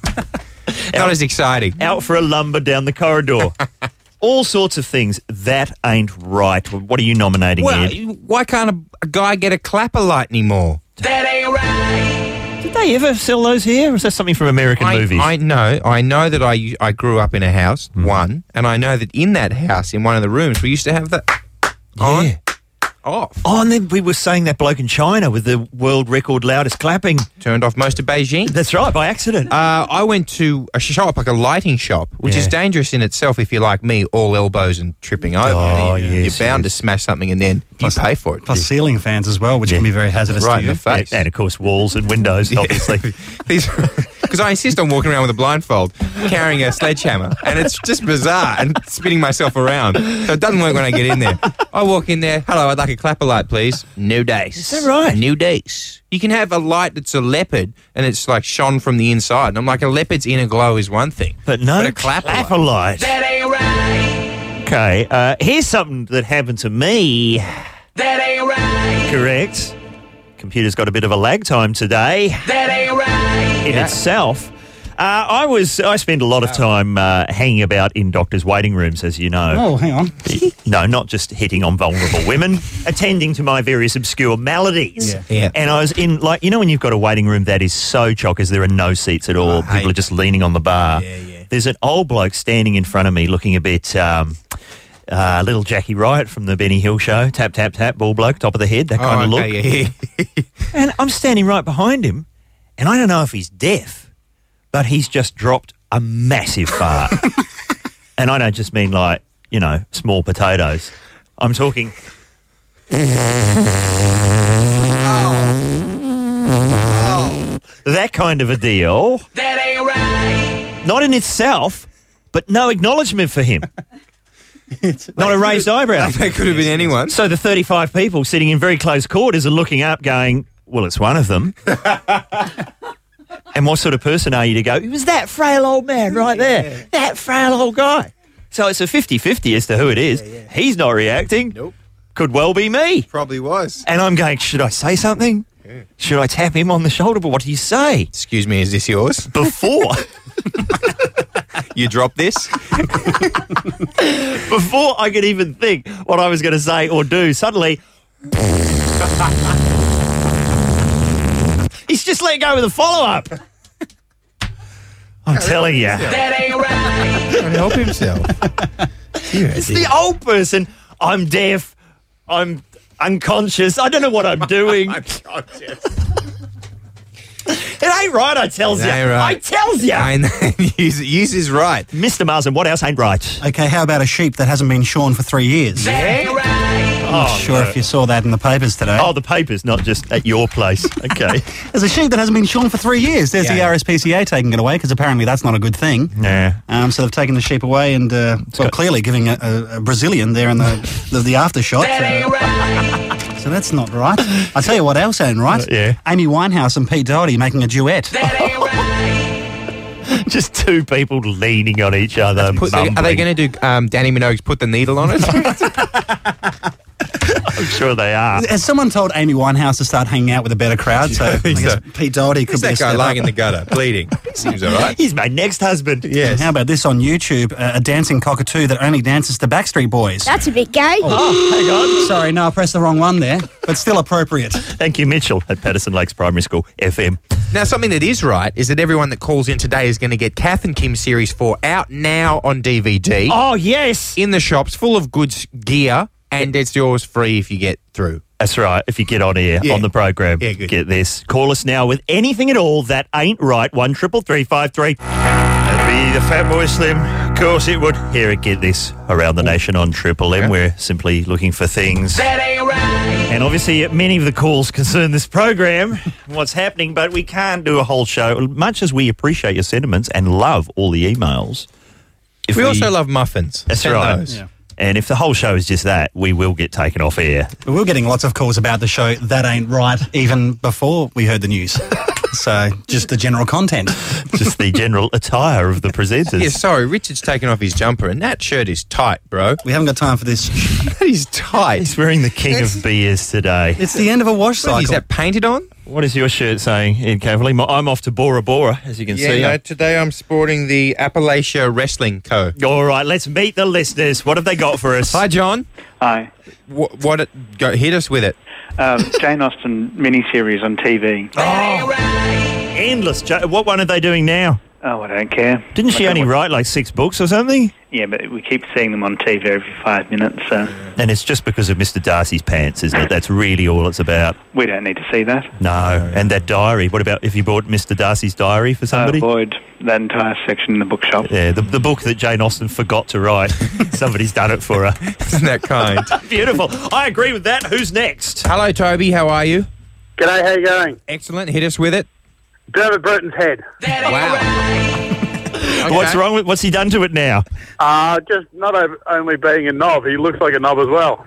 D: not as exciting.
A: Out for a lumber down the corridor. All sorts of things that ain't right. What are you nominating,
D: Well,
A: Ed?
D: why can't a, a guy get a clapper light anymore?
A: Did they ever sell those here? Or is that something from American
D: I,
A: movies? Mm.
D: I know. I know that I I grew up in a house one, and I know that in that house, in one of the rooms, we used to have that on off.
A: Oh, and then we were saying that bloke in China with the world record loudest clapping.
D: Turned off most of Beijing.
A: That's right, by accident.
D: Uh, I went to a shop, like a lighting shop, which is dangerous in itself if you're like me, all elbows and tripping over.
A: Oh,
D: you're,
A: yes,
D: you're bound to smash something and then you pay for it.
H: Plus ceiling fans as well, which can be very hazardous
D: Right
H: to
D: in
H: you.
D: the face.
A: And of course, walls and windows, obviously.
D: Because I insist on walking around with a blindfold, carrying a sledgehammer, and it's just bizarre and spinning myself around. So it doesn't work when I get in there. I walk in there, hello, I'd like a clapper light, please. New days. Is that right? New days. You can have a light that's a leopard and it's like shone from the inside. And I'm like, a leopard's inner glow is one thing.
A: But no
D: But a clapper light.
A: light. Okay, uh, here's something that happened to me.
E: That ain't right.
A: Correct. Computer's got a bit of a lag time today.
E: That ain't right.
A: in itself. Uh, I was I spend a lot of time uh, hanging about in doctors' waiting rooms, as you know.
H: Oh, hang on.
A: No, not just hitting on vulnerable women, attending to my various obscure maladies.
D: Yeah. Yeah.
A: And I was in like you know when you've got a waiting room that is so chockers, there are no seats at all. People are just leaning on the bar. There's an old bloke standing in front of me, looking a bit. Um, uh, little Jackie Riot from the Benny Hill show, tap tap tap, ball bloke, top of the head, that
D: Oh,
A: kind of
D: okay,
A: look.
D: yeah,
A: And I'm standing right behind him, and I don't know if he's deaf, but he's just dropped a massive fart. and I don't just mean like, you know, small potatoes. I'm talking.
D: Oh.
A: That kind of a deal.
E: That ain't right.
A: Not in itself, but no acknowledgement for him. Not a raised eyebrow.
D: That could have been anyone.
A: So the 35 people sitting in very close quarters are looking up, going, Well, it's one of them. and what sort of person are you to go, It was that frail old man right there, that frail old guy. So it's a 50 50 as to who it is. He's not reacting. Nope. Could well be me.
D: Probably was.
A: And I'm going, Should I say something? Should I tap him on the shoulder? But what do you say?
D: Excuse me, is this yours?
A: Before.
D: You dropped this?
A: before I could even think what I was going to say or do, suddenly. He's just let go with a follow up. I'm telling you.
E: That ain't right.
D: Can't help himself.
A: It's the old person. I'm deaf. I'm unconscious. I don't know what I'm doing. It ain't right, I tells
D: It
A: you.
D: ain't right.
A: I tells you.
D: I know. Use, use is right.
A: Mr. Marsden, what else ain't right?
H: Okay, how about a sheep that hasn't been shorn for three years?
E: That ain't right.
H: I'm not
A: Oh,
H: sure
A: no.
H: if you saw that in the papers today.
A: Oh, the papers, not just at your place. Okay.
H: There's a sheep that hasn't been shorn for three years. There's
D: Yeah.
H: the RSPCA taking it away because apparently that's not a good thing.
A: yeah.
H: Um, so they've taken the sheep away and, uh, well, clearly giving a, a, a Brazilian there in the, the, the aftershot.
E: That ain't right.
H: So, so that's not right. I tell you what else ain't right.
A: yeah.
H: Amy Winehouse and Pete Doherty making a duet.
E: That ain't right.
A: Just two people leaning on each other.
D: Put the- are they
A: mumbling.
D: going to do um, Danny Minogue's Put the Needle on It?
A: I'm sure they are.
H: Has someone told Amy Winehouse to start hanging out with a better crowd? So I
D: think
H: guess
D: so.
H: Pete Doherty could
D: Who's
H: be a
D: that guy
H: step
D: lying
H: up.
D: in the gutter, bleeding? Seems all right.
A: He's my next husband.
D: Yes.
H: How about this on YouTube? Uh, a dancing cockatoo that only dances to Backstreet Boys.
I: That's a bit gay.
H: Sorry, no, I pressed the wrong one there, but still appropriate.
A: Thank you, Mitchell, at Patterson Lakes Primary School, FM.
D: Now, something that is right is that everyone that calls in today is going to get Kath and Kim Series 4 out now on DVD
A: Oh, yes.
D: in the shops, full of goods gear, and it's yours free if you get through.
A: That's right. If you get on air
R: Yeah.
A: on the program, get this. Call us now with anything at all that ain't right. One triple three five three. That'd be the Fat Boy Slim. Of course it would. Here at Get This around the nation on Triple M. We're simply looking for things.
R: ain't right.
A: And obviously, many of the calls concern this program, what's happening, but we can't do a whole show. Much as we appreciate your sentiments and love all the emails,
D: We also love muffins.
A: That's
D: Send
A: right.
D: those. Yeah.
A: And if the whole show is just that, we will get taken off air.
H: We were getting lots of calls about the show that ain't right, even before we heard the news. so just the general content.
A: Just the general attire of the presenters.
D: Yeah, sorry, Richard's taken off his jumper, and that shirt is tight, bro.
H: We haven't got time for this.
D: that is tight. He's
A: wearing the king of beers today.
H: It's the end of a wash
D: What is
A: cycle.
D: that painted on?
A: What is your shirt saying, Ed Cavalry? My- I'm off to Bora Bora, as you can
D: Yeah,
A: see.
D: no, today I'm sporting the Appalachia Wrestling Co.
A: All right, let's meet the listeners. What have they got for us?
D: Hi, John.
K: Hi.
D: What? what it, go, hit us with it.
K: Um, Jane Austen miniseries on TV.
A: Endless. Jo- what one are they doing now?
K: Oh, I don't care.
A: Didn't she
K: Like,
A: only write like six books or something?
K: Yeah, but we keep seeing them on TV every five minutes, so
A: And it's just because of Mr. Darcy's pants, isn't it? That's really all it's about.
K: we don't need to see that.
A: No. And that diary. What about if you bought Mr. Darcy's diary for somebody?
K: avoid Uh, that entire section in the bookshop.
A: yeah, the, the book that Jane Austen forgot to write. Somebody's done it for her.
D: Isn't that kind?
A: Beautiful. I agree with that. Who's next?
D: Hello, Toby. How are you?
S: G'day, how you going?
D: Excellent. Hit us with it.
S: David Bruton's head.
A: What's wrong with? What's he done to it now?
S: Uh, just not o- only being a knob, he looks like a knob as well.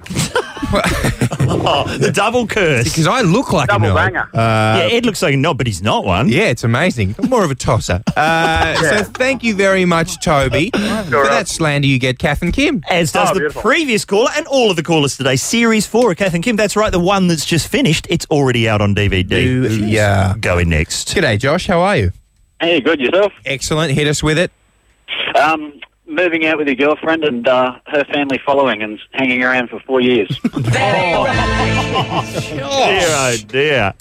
A: Oh, the double curse.
D: Because I look like
S: Double
D: a knob. Uh,
S: banger.
A: yeah, Ed looks like a knob, but he's not one.
D: Yeah, it's amazing. More of a tosser. Uh, So thank you very much, Toby, for that slander you get, Kath and Kim.
A: As does the previous caller and all of the callers today. Series 4 of Kath and Kim. That's right, the one that's just finished. It's already out on DVD.
D: Yeah.
A: Go in next.
D: G'day, Josh. How are you?
T: Hey, good yourself.
D: Excellent. Hit us with it.
T: Um, moving out with your girlfriend and uh, her family following and hanging around for four years.
A: Dear, oh dear.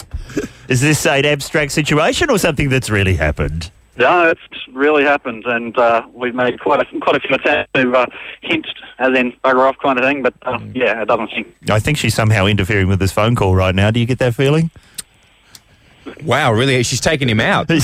A: Is this an abstract situation or something that's really happened?
T: no, it's really happened, and uh, we've made quite a quite a few attempts to uh, hint and then bugger off kind of thing. But uh,
D: Mm.
T: yeah, it doesn't seem.
A: I think she's somehow interfering with this phone call right now. Do you get that feeling?
D: Wow, really? She's taking him out.
A: well,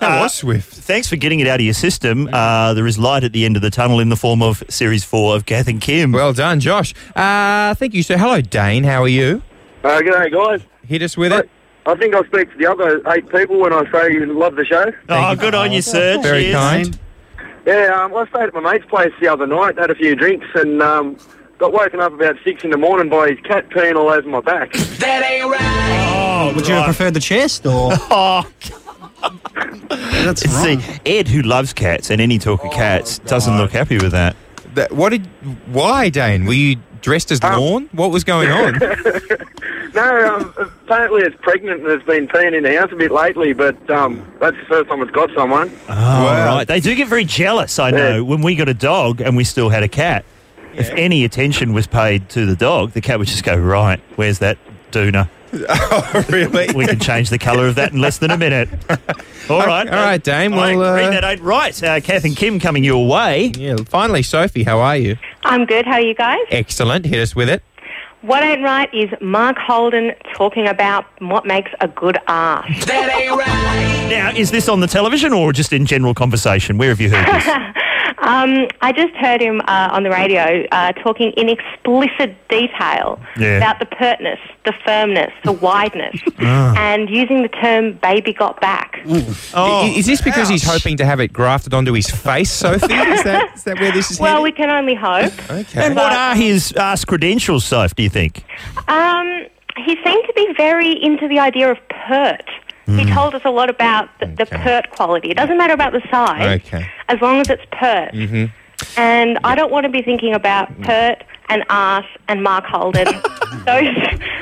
A: that was
D: swift.
A: Thanks for getting it out of your system. Uh, there is light at the end of the tunnel in the form of Series 4 of Kath and Kim.
D: Well done, Josh. Uh, thank you. So, hello, Dane. How are you?
S: Uh, g'day, guys.
D: Hit us with it.
S: I think I speak for the other eight people when I say you love the show.
A: Oh, good on you, sir.
D: Very
A: Cheers.
D: kind.
S: Yeah, um, I stayed at my mate's place the other night, had a few drinks, and um, got woken up about six in the morning by his cat peeing all over my back. That ain't right.
H: Would you have preferred the chest or?
A: Oh, That's See, Ed, who loves cats and any talk of cats, doesn't look happy with that.
D: That, what did? Why, Dane? Were you dressed as
A: Um,
D: lawn? What was going on?
S: No, um, apparently it's pregnant and it's been peeing in the house a bit lately, but um, that's the first time it's got someone.
A: Oh, right. They do get very jealous, I know. When we got a dog and we still had a cat, if any attention was paid to the dog, the cat would just go, right, where's that doona?
D: oh, really?
A: We can change the colour of that in less than a minute. All right.
D: all right, Dame.
A: I
D: Well,
A: agree
D: uh,
A: that ain't right. Uh, Kath and Kim coming your way.
D: Yeah. Finally, Sophie. How are you?
U: I'm good. How are you guys?
D: Excellent. Hit us with it.
U: What ain't right is Mark Holden talking about what makes a good ass. That ain't right.
A: Now, is this on the television or just in general conversation? Where have you heard this?
U: um, I just heard him uh, on the radio uh, talking in explicit detail
A: Yeah.
U: about the pertness, the firmness, the wideness,
D: Ah.
U: and using the term "baby got back."
D: I- is
A: Oh,
D: this because he's hoping to have it grafted onto his face, Sophie? Is that? Is that where this is?
U: well, we can only hope.
D: Okay.
A: And what are his ass credentials, Soph, do you think?
U: Um, he seemed to be very into the idea of pert. He
D: Hmm.
U: told us a lot about the, the pert quality. It doesn't matter about the size,
D: Okay.
U: as long as it's pert.
D: Mm-hmm.
U: And I don't want to be thinking about pert and ass and Mark Holden. those,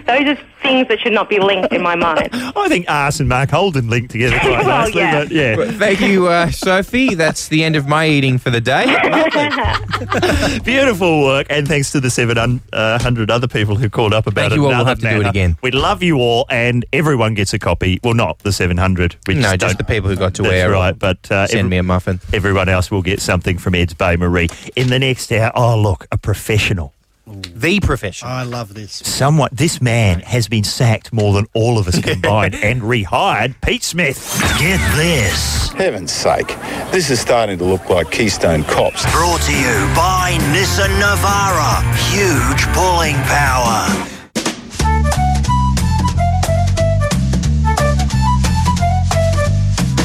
U: those are things that should not be linked in my mind.
A: I think ass and Mark Holden linked together quite
U: Well,
A: nicely,
U: yeah.
A: but yeah.
D: Well, thank you, uh, Sophie. That's the end of my eating for the day.
A: Beautiful work, and thanks to the 700 uh, hundred other people who called up about
D: Thank you all. We'll
A: another
D: have to do it
A: matter.
D: again.
A: We love you all, and everyone gets a copy. Well, not the 700. We
D: No,
A: just
D: just
A: don't-
D: the people who got to
A: That's
D: air.
A: right, but uh,
D: send me a muffin.
A: Everyone else will get something from Ed's Bay Marie in the next hour. Oh, look, a professional
D: The professional.
H: I love this.
A: Someone, this man has been sacked more than all of us combined and rehired Pete Smith. Get this.
C: Heaven's sake, this is starting to look like Keystone Cops.
K: Brought to you by Nissan Navara. Huge pulling power.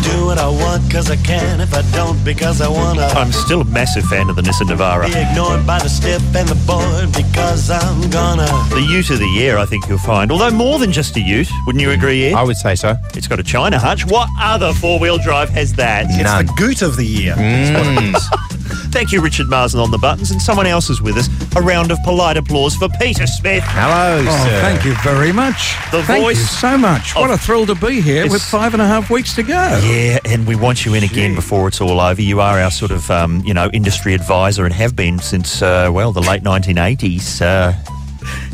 V: Do what I want because I can. If I don't, because I want to.
A: I'm still a massive fan of the Nissan
V: Be
A: Navara.
V: ignored by the step and the board because I'm gonna.
A: The ute of the year, I think you'll find. Although more than just a ute, wouldn't you agree, Ed? I
D: would say so.
A: It's got a China hutch. What other four-wheel drive has that?
D: None.
A: It's the goot of the year. Thank you, Richard Marsden on the buttons, and someone else is with us. A round of polite applause for Peter Smith.
D: Hello,
A: Oh, sir.
W: Thank you very much.
A: The
W: Thank
A: voice
W: you so much. What a thrill to be here with five and a half weeks to go.
A: Yeah, and we want you in again before it's all over. You are our sort of, um, you know, industry advisor and have been since, uh, well, the late 1980s. Uh,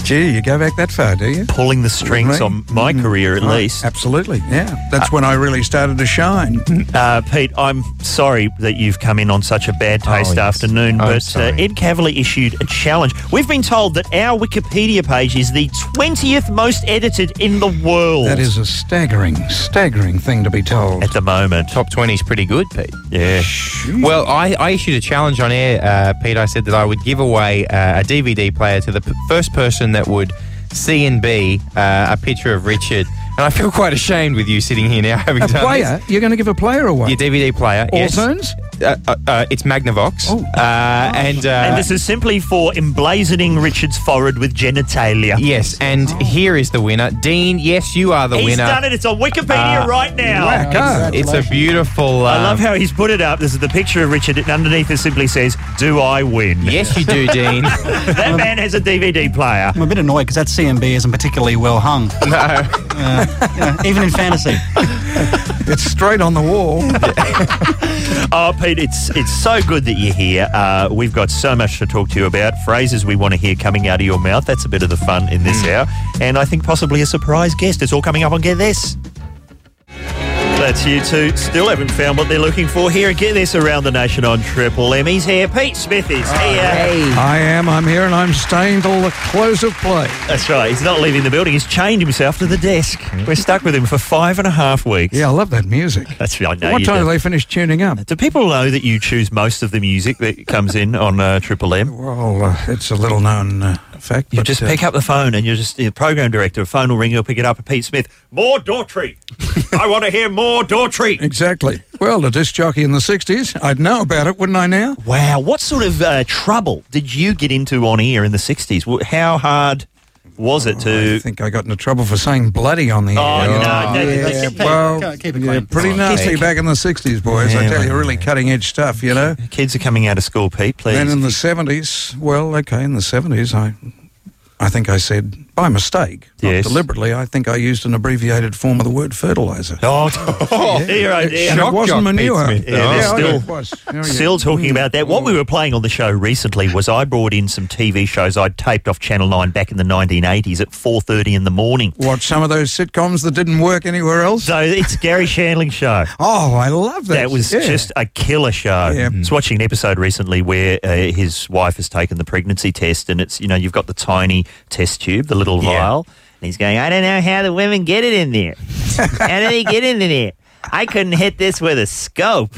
W: Gee, you go back that far, do you?
A: Pulling the strings
W: Me?
A: on my career at
W: Oh,
A: least.
W: Absolutely, yeah. That's when I really started to shine.
A: Uh, Pete, I'm sorry that you've come in on such a bad taste afternoon,
W: Oh, I'm
A: but uh,
W: sorry.
A: Ed Cavalier issued a challenge. We've been told that our Wikipedia page is the 20th most edited in the world.
W: That is a staggering, staggering thing to be told.
A: At the moment.
D: Oh. Top 20 is pretty good, Pete.
A: Yeah.
D: Well, I, I issued a challenge on air, uh, Pete. I said that I would give away uh, a DVD player to the p- first person that would C and B uh, a picture of Richard. And I feel quite ashamed with you sitting here now having
W: A
D: done this.
W: player? You're going to give a player away?
D: Your DVD player.
W: All
D: yes.
W: turns?
D: Uh, uh, uh, it's Magnavox.
W: Oh.
D: Uh, and, uh,
A: and this is simply for emblazoning Richard's forehead with genitalia.
D: Yes, and
W: Oh.
D: here is the winner. Dean, yes, you are the
A: He's
D: winner.
A: done it. It's on Wikipedia
D: Uh,
A: right now.
D: It's, it's a beautiful.
A: I
D: um,
A: love how he's put it up. This is the picture of Richard, and underneath it simply says, Do I win?
D: Yes, you do, Dean.
A: that man has a DVD player.
H: I'm a bit annoyed because that CMB isn't particularly well hung. Uh,
D: No.
H: even in fantasy.
W: it's straight on the wall.
A: Oh, Pete, it's it's so good that you're here. Uh, we've got so much to talk to you about. Phrases we want to hear coming out of your mouth. That's a bit of the fun in
D: Mm.
A: this hour. And I think possibly a surprise guest. It's all coming up on Get This. That's you two. Still haven't found what they're looking for here. Get This around the nation on Triple M. He's here. Pete Smith is here.
W: I am. I'm here, and I'm staying till the close of play.
A: That's right. He's not leaving the building. He's chained himself to the desk. We're stuck with him for five and a half weeks.
W: Yeah, I love that music.
A: That's right. I know
W: what
A: you
W: time
A: do.
W: do they finish tuning up?
A: Do people know that you choose most of the music that comes in on uh, Triple M?
W: Well, uh, it's a little known uh, fact.
A: You
W: but,
A: just
W: uh,
A: pick up the phone and you're just the program director. A phone will ring, you'll pick it up. Pete Smith, more Daughtry. I want to hear more Daughtry.
W: Exactly. Well, the disc jockey in the 60s, I'd know about it, wouldn't I now?
A: Wow. What sort of uh, trouble did you get into on air in the 60s? Wh- How hard was it to.
W: I think I got into trouble for saying bloody on the air.
A: Oh, no, no, that's-
W: yeah,
A: keep it-
W: well,
A: keep it
W: yeah,
A: clean.
W: pretty
A: Keep
W: nasty
A: it-
W: back in the 60s, boys. I
A: Yeah,
W: tell you,
A: well,
W: really cutting edge stuff, you know?
A: Kids are coming out of school, Pete, please.
W: Then in the 70s, well, okay, in the 70s, I I think I said, by mistake, not
A: Yes.
W: deliberately, I think I used an abbreviated form of the word fertilizer.
A: Oh, here I
W: it
A: am.
W: wasn't manure.
A: Yeah, they're
W: Yeah, I know
A: still,
W: it was. Yeah, yeah.
A: still talking about that.
W: Mm.
A: What we were playing on the show recently was I brought in some TV shows I'd taped off Channel 9 back in the 1980s at 4.30 in the morning.
W: Watch some of those sitcoms that didn't work anywhere else.
A: So it's Gary Shandling's show.
W: Oh, I love that.
A: That was
W: Yeah.
A: just a killer show.
W: Yeah.
A: I was watching an episode recently where uh, his wife has taken the pregnancy test, and it's you know you've got the tiny test tube, the little vial, and he's going, I don't know how the women get it in there. how do they get it in there? I couldn't hit this with a scope.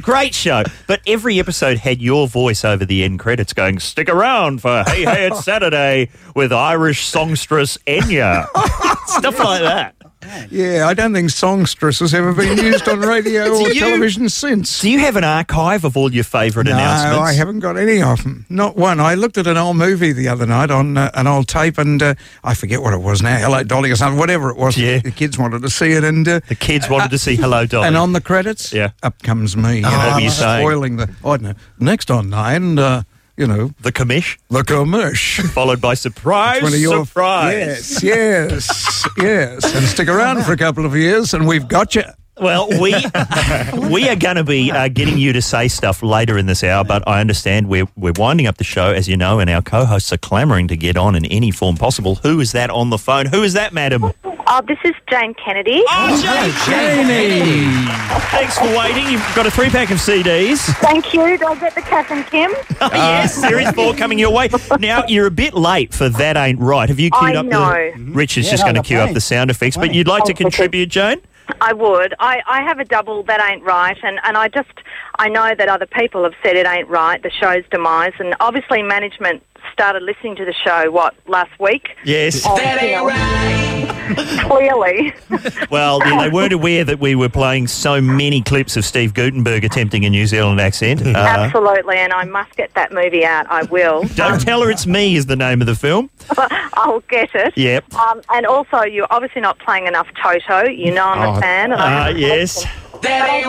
A: Great show, but every episode had your voice over the end credits going, "Stick around for Hey Hey It's Saturday" with Irish songstress Enya, stuff like that.
W: Yeah, I don't think songstress has ever been used on radio
A: It's
W: or
A: you.
W: television since.
A: Do you have an archive of all your favourite
W: No,
A: announcements?
W: I haven't got any of them. Not one. I looked at an old movie the other night on uh, an old tape, and uh, I forget what it was now. Hello, Dolly, or something. Whatever it was. Yeah. The kids wanted to see it, and uh,
A: The kids wanted to see Hello Dolly.
W: and on the credits,
A: Yeah.
W: up comes me.
A: Oh, what were you saying?
W: spoiling the. I don't know. Next on nine, uh, you know,
A: the commish,
W: the commish.
A: followed by surprise,
W: It's
A: surprise.
W: Yes, yes, yes. And stick around for a couple of years, and we've got you.
A: Well, we we are going to be uh, getting you to say stuff later in this hour, but I understand we're we're winding up the show, as you know, and our co-hosts are clamouring to get on in any form possible. Who is that on the phone? Who is that, madam?
X: Oh, this is Jane Kennedy. Oh,
A: Thanks for waiting. You've got a three pack of CDs.
X: Thank you. Do I get the Kath and Kim?
A: Oh, yes, series four coming your way. Now you're a bit late for that. Ain't right. Have you
X: I
A: queued up?
X: know.
A: The, Rich is
X: Yeah,
A: just
X: no,
A: going to
X: they're
A: queue up
X: playing.
A: the sound effects, but
X: Playing.
A: you'd like to
X: Oh, okay.
A: contribute, Jane?
X: I would. I, I have a double that ain't right, and, and I just I know that other people have said it ain't right, the show's demise, and obviously management started listening to the show what last week.
A: Yes.
X: that ain't right. Clearly,
A: Well, yeah, they weren't aware that we were playing so many clips of Steve Gutenberg attempting a New Zealand accent. Uh,
X: Uh-huh. absolutely, and I must get that movie out. I will.
A: Don't tell her it's me is the name of the film.
X: I'll get it.
A: Yep.
X: Um, and also, you're obviously not playing enough Toto. You know I'm
A: Oh,
X: a fan. And
A: ah,
X: I
A: yes.
X: That ain't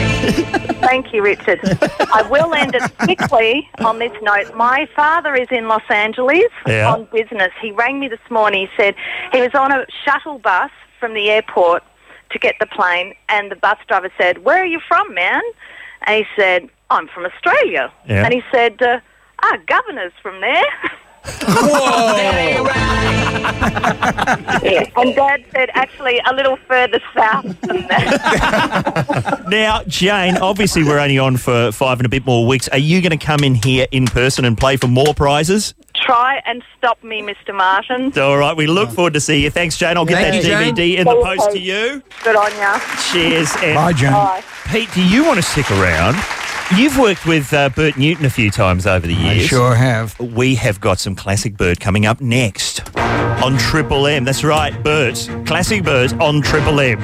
X: right. Thank you, Richard. I will end it quickly on this note. My father is in Los Angeles
F: Yeah.
X: on business. He rang me this morning. He said he was on a shuttle bus from the airport to get the plane, and the bus driver said, "Where are you from, man?" And he said, "I'm from Australia."
F: Yeah.
X: And he said, uh, "Ah, governor's from there." Yeah. And Dad said, actually, a little further south than that.
A: Now, Jane, obviously we're only on for five and a bit more weeks. Are you going to come in here in person and play for more prizes?
X: Try and stop me, Mr. Martin.
A: All right, we look forward to see you. Thanks, Jane. I'll get
X: Thank
A: that
X: you, Jane.
A: DVD in the
X: Okay.
A: post to you.
X: Good on ya.
A: Cheers. And
X: Bye, Jane. Bye.
A: Pete, do you want to stick around? You've worked with uh, Bert Newton a few times over the
W: I
A: years.
W: sure have.
A: We have got some classic Bert coming up next on Triple M. That's right, Bert. Classic Bert on Triple M.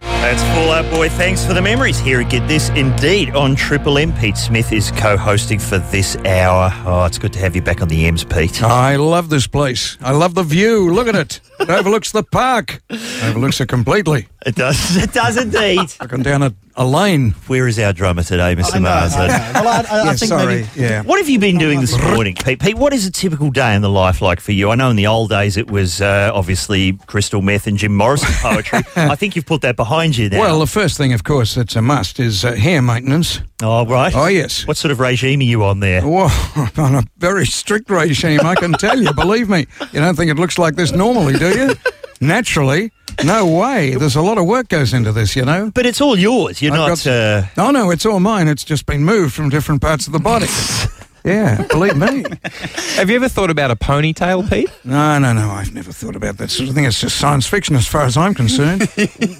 A: That's Full Out Boy. Thanks for the memories here at Get This. Indeed, on Triple M, Pete Smith is co hosting for this hour. Oh, it's good to have you back on the M's, Pete.
W: I love this place. I love the view. Look at it. It overlooks the park. It overlooks it completely.
A: It does. It does indeed.
W: Looking down a, a lane.
A: Where is our drummer today, Mr. Marsden?
W: Well, I,
A: I
W: yeah,
A: think
W: sorry.
A: maybe-
W: Yeah.
A: What have you been doing this morning, Pete? Pete, what is a typical day in the life like for you? I know in the old days it was uh, obviously crystal meth and Jim Morrison poetry. I think you've put that behind you now.
W: Well, the first thing, of course, that's a must is uh, hair maintenance.
A: oh, right.
W: Oh, yes.
A: What sort of regime are you on there?
W: Whoa, on a very strict regime, I can tell you. Believe me, you don't think it looks like this normally, do you? Naturally, no way. There's a lot of work goes into this, you know.
A: But it's all yours. You're not, uh,
W: No, Oh, no, it's all mine. It's just been moved from different parts of the body. yeah, believe me.
D: Have you ever thought about a ponytail, Pete?
W: No, no, no. I've never thought about that sort of thing. It's just science fiction as far as I'm concerned.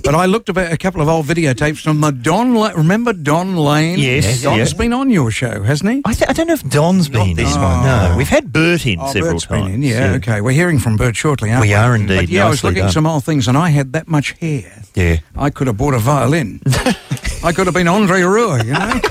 W: but I looked about a couple of old videotapes from the Don. La- Remember Don Lane?
A: Yes,
W: Don's
A: yes.
W: been on your show, hasn't he?
A: I, th- I don't know if Don's been this one. No, we've had Bert in
W: Oh,
A: several
W: Bert's been
A: times.
W: in, yeah, okay. We're hearing from Bert shortly, aren't we?
A: We are indeed.
W: But yeah, I was
A: Nicely
W: looking
A: done.
W: at some old things, and I had that much hair.
A: Yeah.
W: I could have bought a violin. I could have been Andre Roy, you know.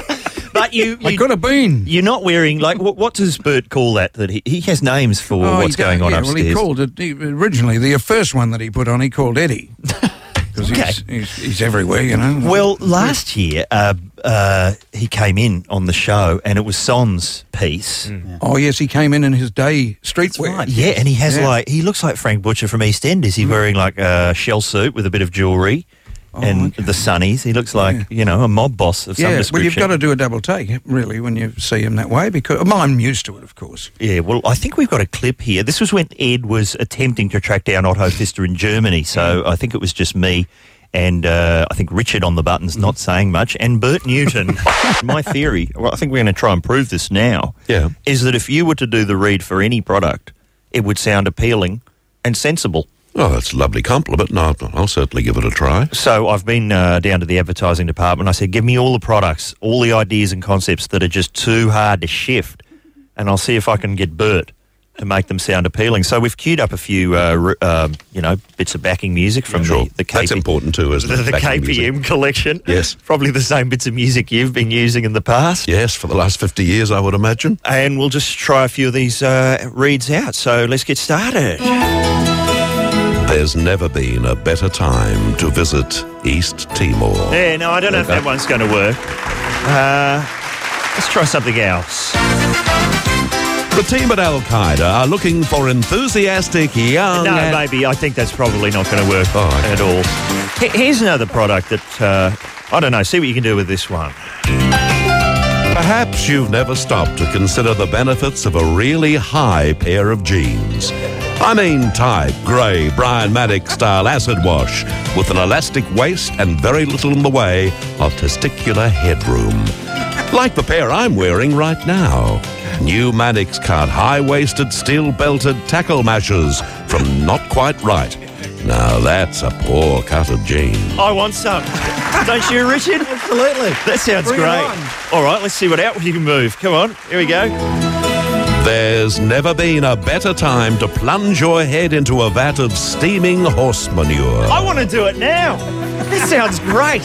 A: But you,
W: I could have been.
A: You're not wearing like what, what does Bert call that? That he, he has names for
W: Oh, he
A: what's
W: did-
A: going on
W: yeah,
A: upstairs.
W: Well, he called it he- originally the first one that he put on. He called Eddie because he's, he's, he's everywhere, you know.
A: Well, last year uh, uh, he came in on the show, and it was Son's piece.
W: Oh yes, he came in in his day streetwear.
A: Yeah, and he has
W: Yeah. Mm-hmm.
A: like he looks like Frank Butcher from EastEnders. He's wearing like a shell suit with a bit of jewelry and the sunnies. He looks like you know a mob boss of some
W: Oh, yeah.
A: description.
W: Well, you've got to do a double take, really, when you see him that way. Because well, I'm used to it, of course.
A: Yeah, well, I think we've got a clip here. This was when Ed was attempting to track down Otto Pfister in Germany.
W: Mm.
A: So I think it was just me and uh, I think Richard on the buttons,
W: Mm.
A: not saying much, and Bert Newton. My theory, well, I think we're going to try and prove this now, yeah. is that if you were to do the read for any product, it would sound appealing and sensible.
G: Oh, that's a lovely compliment. No, I'll certainly give it a try.
A: So I've been uh, down to the advertising department. I said, give me all the products, all the ideas and concepts that are just too hard to shift, and I'll see if I can get Bert to make them sound appealing. So we've queued up a few, uh, r- um, you know, bits of backing music from the, the KP,
G: That's important too, isn't
A: the,
G: it?
A: the
G: Backing
A: KPM
G: music.
A: collection.
G: Yes.
A: Probably the same bits of music you've been using in the past.
G: Yes, for the last 50 years, I would imagine.
A: And we'll just try a few of these uh, reads out. So let's get started.
G: There's never been a better time to visit East Timor.
A: Yeah, no, I don't know if that one's going to work. Uh, let's try something else.
G: The team at Al Qaeda are looking for enthusiastic young. Oh,
A: No,
G: and-
A: maybe. I think that's probably not going to work at all. He- Here's another product that, uh, I don't know, see what you can do with this one.
G: Perhaps you've never stopped to consider the benefits of a really high pair of jeans. I mean, type grey Brian Maddox style acid wash with an elastic waist and very little in the way of testicular headroom. Like the pair I'm wearing right now. New Maddox cut high waisted steel belted tackle mashers from Not Quite Right. Now that's a poor cut of jean.
A: I want some. Don't you, Richard? Absolutely. That sounds
G: Bring it
A: great.
G: on.
A: All right, let's see what out you can move. Come on, here we go.
G: There's never been a better time to plunge your head into a vat of steaming horse manure.
A: I want to do it now. This sounds great.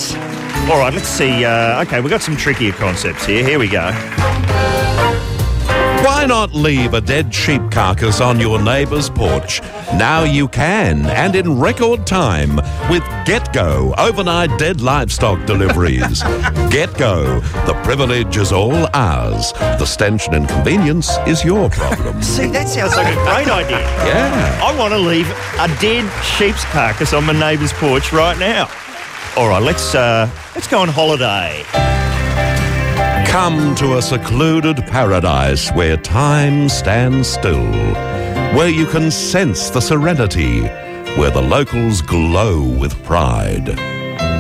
A: All right, let's see. Uh, okay, we've got some trickier concepts here. Here we go.
G: Why not leave a dead sheep carcass on your neighbour's porch? Now you can, and in record time, with GetGo overnight dead livestock deliveries. GetGo, the privilege is all ours. The stench and inconvenience is your problem.
A: See, that sounds like a great idea.
G: Yeah.
A: I want to leave a dead sheep's carcass on my neighbour's porch right now. All right, let's uh, let's go on holiday.
G: Come to a secluded paradise where time stands still, where you can sense the serenity, where the locals glow with pride.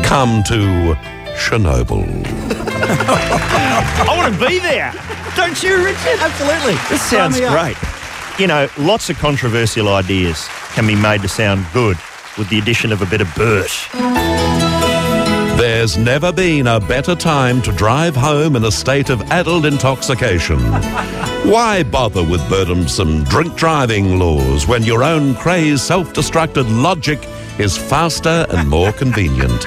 G: Come to Chernobyl.
A: I want to be there. Don't you, Richard? Absolutely. This
K: Sign
A: sounds
K: me up.
A: great. You know, lots of controversial ideas can be made to sound good with the addition of a bit of Bert.
G: There's never been a better time to drive home in a state of adult intoxication. Why bother with burdensome drink driving laws when your own crazed self destructed logic is faster and more convenient?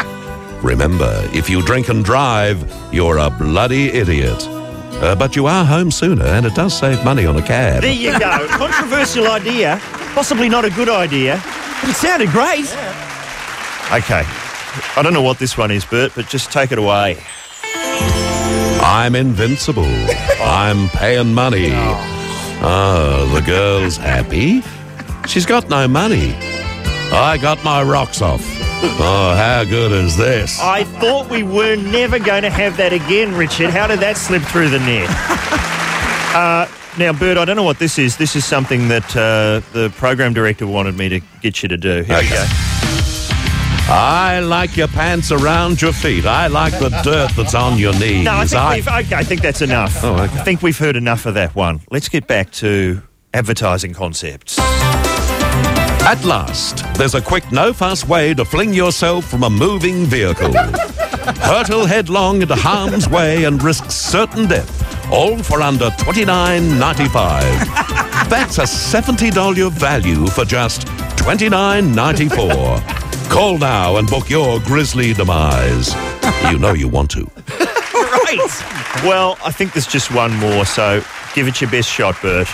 G: Remember, if you drink and drive, you're a bloody idiot. Uh, but you are home sooner and it does save money on a cab.
A: There you go. controversial idea, possibly not a good idea, but it sounded great. Okay. I don't know what this one is, Bert, but just take it away.
G: I'm invincible. I'm paying money. Oh, the girl's happy. She's got no money. I got my rocks off. Oh, how good is this?
A: I thought we were never going to have that again, Richard. How did that slip through the net? Uh, now, Bert, I don't know what this is. This is something that uh, the program director wanted me to get you to do. Here we go.
G: I like your pants around your feet. I like the dirt that's on your knees. Oh,
A: No, I think we've, okay, I think that's enough. I think we've heard enough of that one. Let's get back to advertising concepts.
G: At last, there's a quick, no fuss way to fling yourself from a moving vehicle. Hurtle headlong into harm's way and risk certain death, all for under $29.95. That's a $70 value for just $29.94. Call now and book your grisly demise. You know you want to.
A: right. Well, I think there's just one more, so give it your best shot, Bert.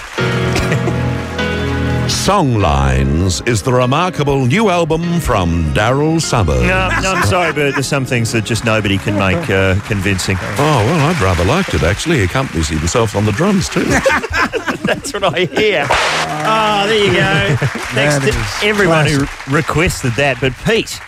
G: Songlines is the remarkable new album from Daryl Summers.
A: No, no, I'm sorry, Bert. There's some things that just nobody can make uh, convincing.
G: Oh, well, I'd rather liked it, actually. He accompanies himself on the drums, too.
A: That's what I hear. Ah, there you go. Thanks
G: That
A: to
G: is
A: everyone who requested that. But Pete,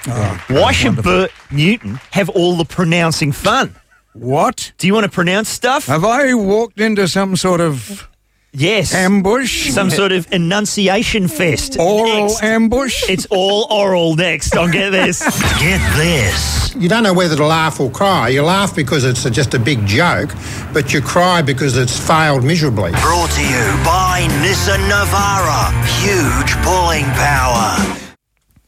A: why should Bert Newton have all the pronouncing fun?
W: What?
A: Do you want to pronounce stuff?
W: Have I walked into some sort of
A: yes
W: ambush?
A: Some sort of enunciation fest.
W: Oral
A: Next.
W: ambush?
A: It's all oral next. Don't get this.
F: Get this. You don't know whether to laugh or cry. You laugh because it's a- just a big joke, but you cry because it's failed miserably.
K: Brought to you by Nissan Navara. Huge pulling power.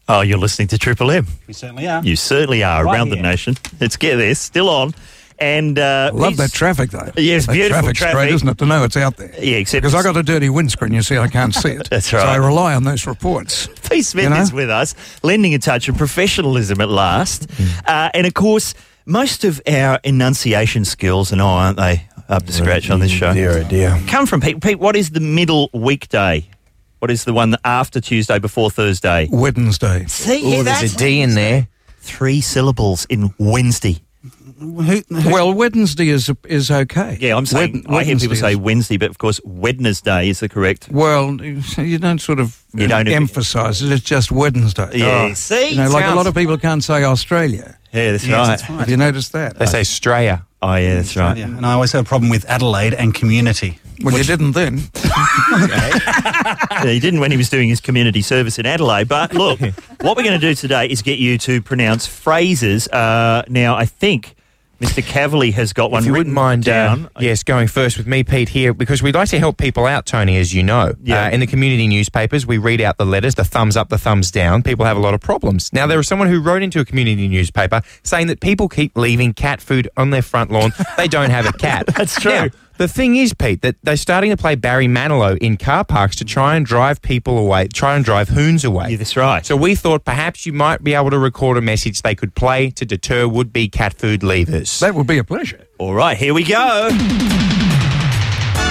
A: Oh, you're listening to Triple M.
H: We certainly are.
A: You certainly are
H: Right
A: around the
H: here.
A: nation. It's get this still on, and uh,
W: Love
A: these-
W: that traffic, though.
A: Yes,
W: That
A: beautiful
W: traffic's
A: traffic.
W: great, isn't it, to know it's out there?
A: Yeah, except
W: Because I got a dirty windscreen, you see, I can't see it.
A: That's
W: So I
A: right.
W: rely on those reports.
A: Pete Smith
W: You know?
A: is with us, lending a touch of professionalism at last.
W: Mm.
A: Uh, and of course, most of our enunciation skills and I aren't they up to scratch on this show? Dear, dear. Come from Pete. Pete, what is the middle weekday? What is the one that after Tuesday, before Thursday?
W: Wednesday.
A: See, yeah, that's-
D: D in there.
A: Three syllables in Wednesday.
W: Who, well, Wednesday is is okay.
A: Yeah, I'm saying I hear people say Wednesday, but of course Wednesday is the correct.
W: Well, you don't sort of
A: You don't-
W: emphasise it. It's just Wednesday.
A: Yeah.
W: Oh.
A: See?
W: you know, like a
A: Sounds-
W: lot of people can't say Australia.
A: Yeah, that's
W: Yes,
A: right.
W: that's right. Have you noticed that? They say
D: Australia.
A: Oh yeah, that's right.
H: Yeah, and I always have a problem with Adelaide and community.
W: Well, you didn't then.
A: Yeah, he didn't when he was doing his community service in Adelaide. But look, what we're going to do today is get you to pronounce phrases. Uh, now, I think Mr. Cavalier has got one
D: if you
A: written
D: wouldn't mind, uh,
A: down.
D: yes, going first with me, Pete, here, because we'd like to help people out, Tony, as you know. Yeah. in the community newspapers, we read out the letters, the thumbs up, the thumbs down. People have a lot of problems. Now, there was someone who wrote into a community newspaper saying that people keep leaving cat food on their front lawn. they don't have a cat. That's true. the thing is, Pete, that they're starting to play Barry Manilow in car parks to try and drive people away, try and drive hoons away. Yeah,
A: that's right.
D: So we thought perhaps you might be able to record a message they could play to deter would-be cat food leavers.
W: That would be a pleasure.
A: All right, here we go.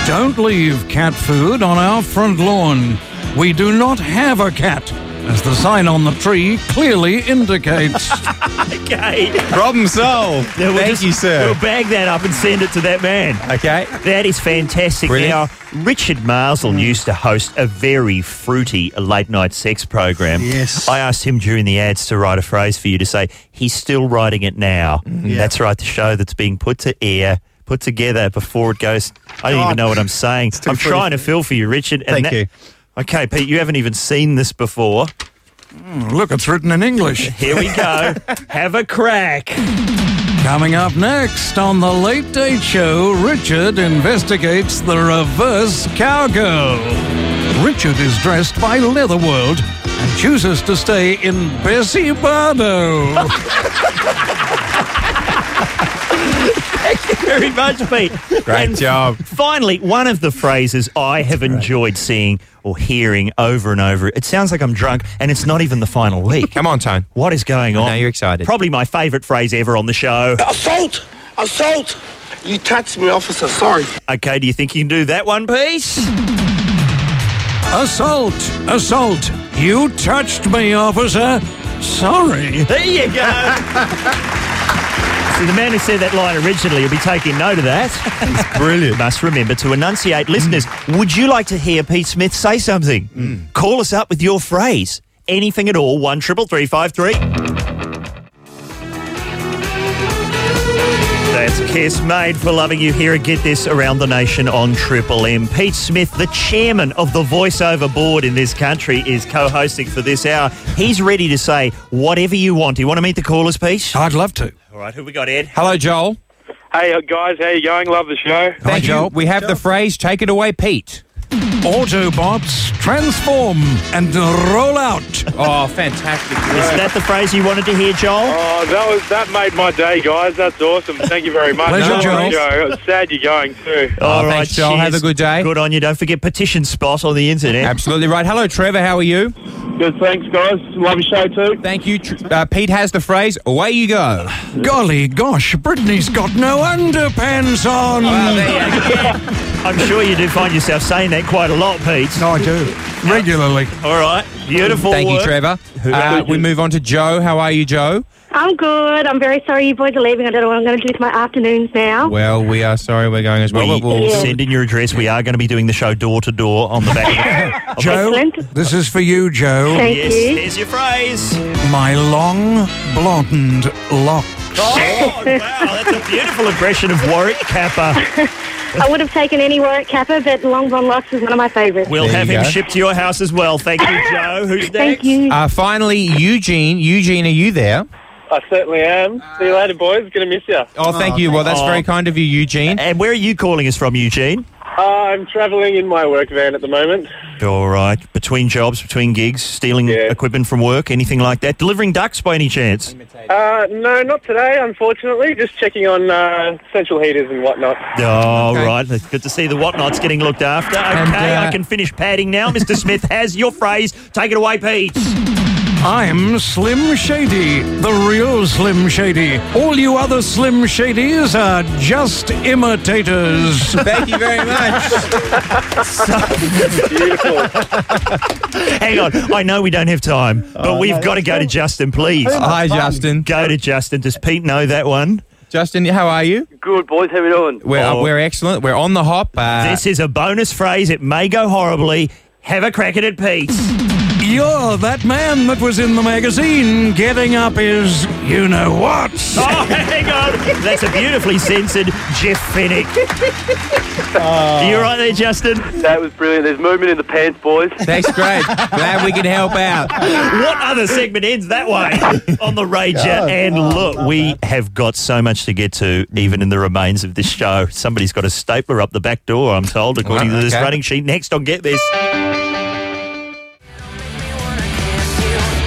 W: Don't leave cat food on our front lawn. We do not have a cat, as the sign on the tree clearly indicates.
A: Okay.
D: Problem solved.
A: Yeah, we'll
W: Thank
A: just-
W: you, sir.
A: We'll bag that up and send it to that man.
D: Okay.
A: That is fantastic.
D: Brilliant.
A: Now, Richard Marsden
W: Mm.
A: used to host a very fruity late night sex program. Yes. I asked him during the ads to write a phrase for you to say, he's still writing it now.
W: Mm.
A: That's right, the show that's being put to air. Put together before it goes. I don't even know what I'm saying. I'm
D: fruity.
A: trying to fill for you, Richard.
D: Thank you.
A: Okay, Pete, you haven't even seen this before.
W: Mm, look, it's written in English.
A: Here we go. Have a crack.
W: Coming up next on the Late Date Show, Richard investigates the reverse cowgirl. Richard is dressed by Leatherworld and chooses to stay in Bessie Bardo.
A: Thank you very much, Pete.
D: Great job.
A: Finally, one of the phrases I have enjoyed seeing or hearing over and over. It sounds like I'm drunk, and it's not even the final week.
D: Come on, Tone.
A: What is going on?
D: Now you're excited.
A: Probably my favourite phrase ever on the show.
J: Assault! Assault! You touched me, officer. Sorry.
A: Okay, do you think you can do that one, Pete?
W: Assault! Assault! You touched me, officer! Sorry.
A: There you go. See, the man who said that line originally will be taking note of that. It's brilliant. Must remember to enunciate. Listeners, would you like to hear Pete Smith say something? Call us up with your phrase. Anything at all, 1 That's Kiss Made for Loving You here at Get This Around the Nation on Triple M. Pete Smith, the chairman of the voiceover board in this country, is co hosting for this hour. He's ready to say whatever you want. You want to meet the callers, Pete?
W: I'd love to.
A: All right, who we got, Ed?
D: Hello, Joel.
J: Hey uh, guys, how you going? Love the show.
D: Thank you. We have the phrase. Take it away, Pete.
W: Autobots transform and roll out.
D: Oh, fantastic.
A: Is that the phrase you wanted to hear, Joel?
J: Oh, that was that made my day, guys. That's awesome. Thank you very much.
A: Pleasure,
J: Love
A: Joel.
J: the show. It's sad you're going too.
A: All right,
D: Oh, thanks, Joel. Have
A: cheers.
D: a good day.
A: Good on you. Don't forget petition spot on the internet.
D: Absolutely right. Hello, Trevor. How are you?
J: Good, thanks, guys. Love your show too.
D: Thank you. Tr- Uh, Pete has the phrase. Away you go.
W: Golly gosh, Brittany's got no underpants on.
A: I'm sure you do find yourself saying that quite a lot, Pete.
W: No, I do. Regularly.
A: All right, beautiful.
D: Thank you,
A: work.
D: Trevor. Uh, we move on to Joe. How are you, Joe?
M: I'm good. I'm very sorry you boys are leaving. I don't know what I'm going to do with my afternoons now.
D: Well, we are sorry we're going as well.
A: We
D: but we'll-
A: send in your address. We are going to be doing the show door to door on the back. of the-
W: Joe, this is for you, Joe.
A: Oh, yes, there's your phrase.
W: My long blonde locks.
A: Oh, wow, that's a beautiful impression of Warwick Kappa.
M: I would have taken any work Kappa, but Long Blonde Locks is one of my favourites.
A: We'll
D: There
A: have
D: you
A: him
D: go.
A: shipped to your house as well. Thank you, Joe. Who's next?
M: Thank you.
D: Uh, finally, Eugene. Eugene, are you there?
J: I certainly am. See you later, boys. Gonna miss you.
D: Oh, thank you. Well, that's
A: Oh.
D: very kind of you, Eugene.
A: And where are you calling us from, Eugene?
J: I'm travelling in my work van at the moment.
A: All right. Between jobs, between gigs, stealing equipment from work, anything like that. Delivering ducks by any chance?
J: Uh, no, not today, unfortunately. Just checking on uh, central heaters and whatnot.
A: All right. That's good to see the whatnots getting looked after. Okay,
D: And, uh,
A: I can finish padding now. Mr. Smith has your phrase. Take it away, Pete.
W: I'm Slim Shady, the real Slim Shady. All you other Slim Shadys are just imitators.
D: Thank you very much.
A: Hang on. I know we don't have time, but we've got to go to Justin, please.
D: Hi, Justin.
A: Go to Justin. Does Pete know that one? Oh.
D: Justin, how are you?
L: Good, boys. How we doing?
D: We're, uh, we're excellent. We're on the hop. Uh,
A: This is a bonus phrase. It may go horribly. Have a crack at it, Pete.
W: You're that man that was in the magazine getting up his you know what.
A: Oh, hang on. That's a beautifully censored Jeff Fennick.
D: Oh.
A: Are you all right there, Justin?
L: That was brilliant. There's movement in the pants, boys.
D: That's great. Glad we can help out.
A: What other segment ends that way on the Rager?
K: Oh,
L: God.
A: and look, we have got so much to get to, even in the remains of this show. Somebody's got a stapler up the back door, I'm told, according to this
B: Okay.
A: running sheet. Next on Get This.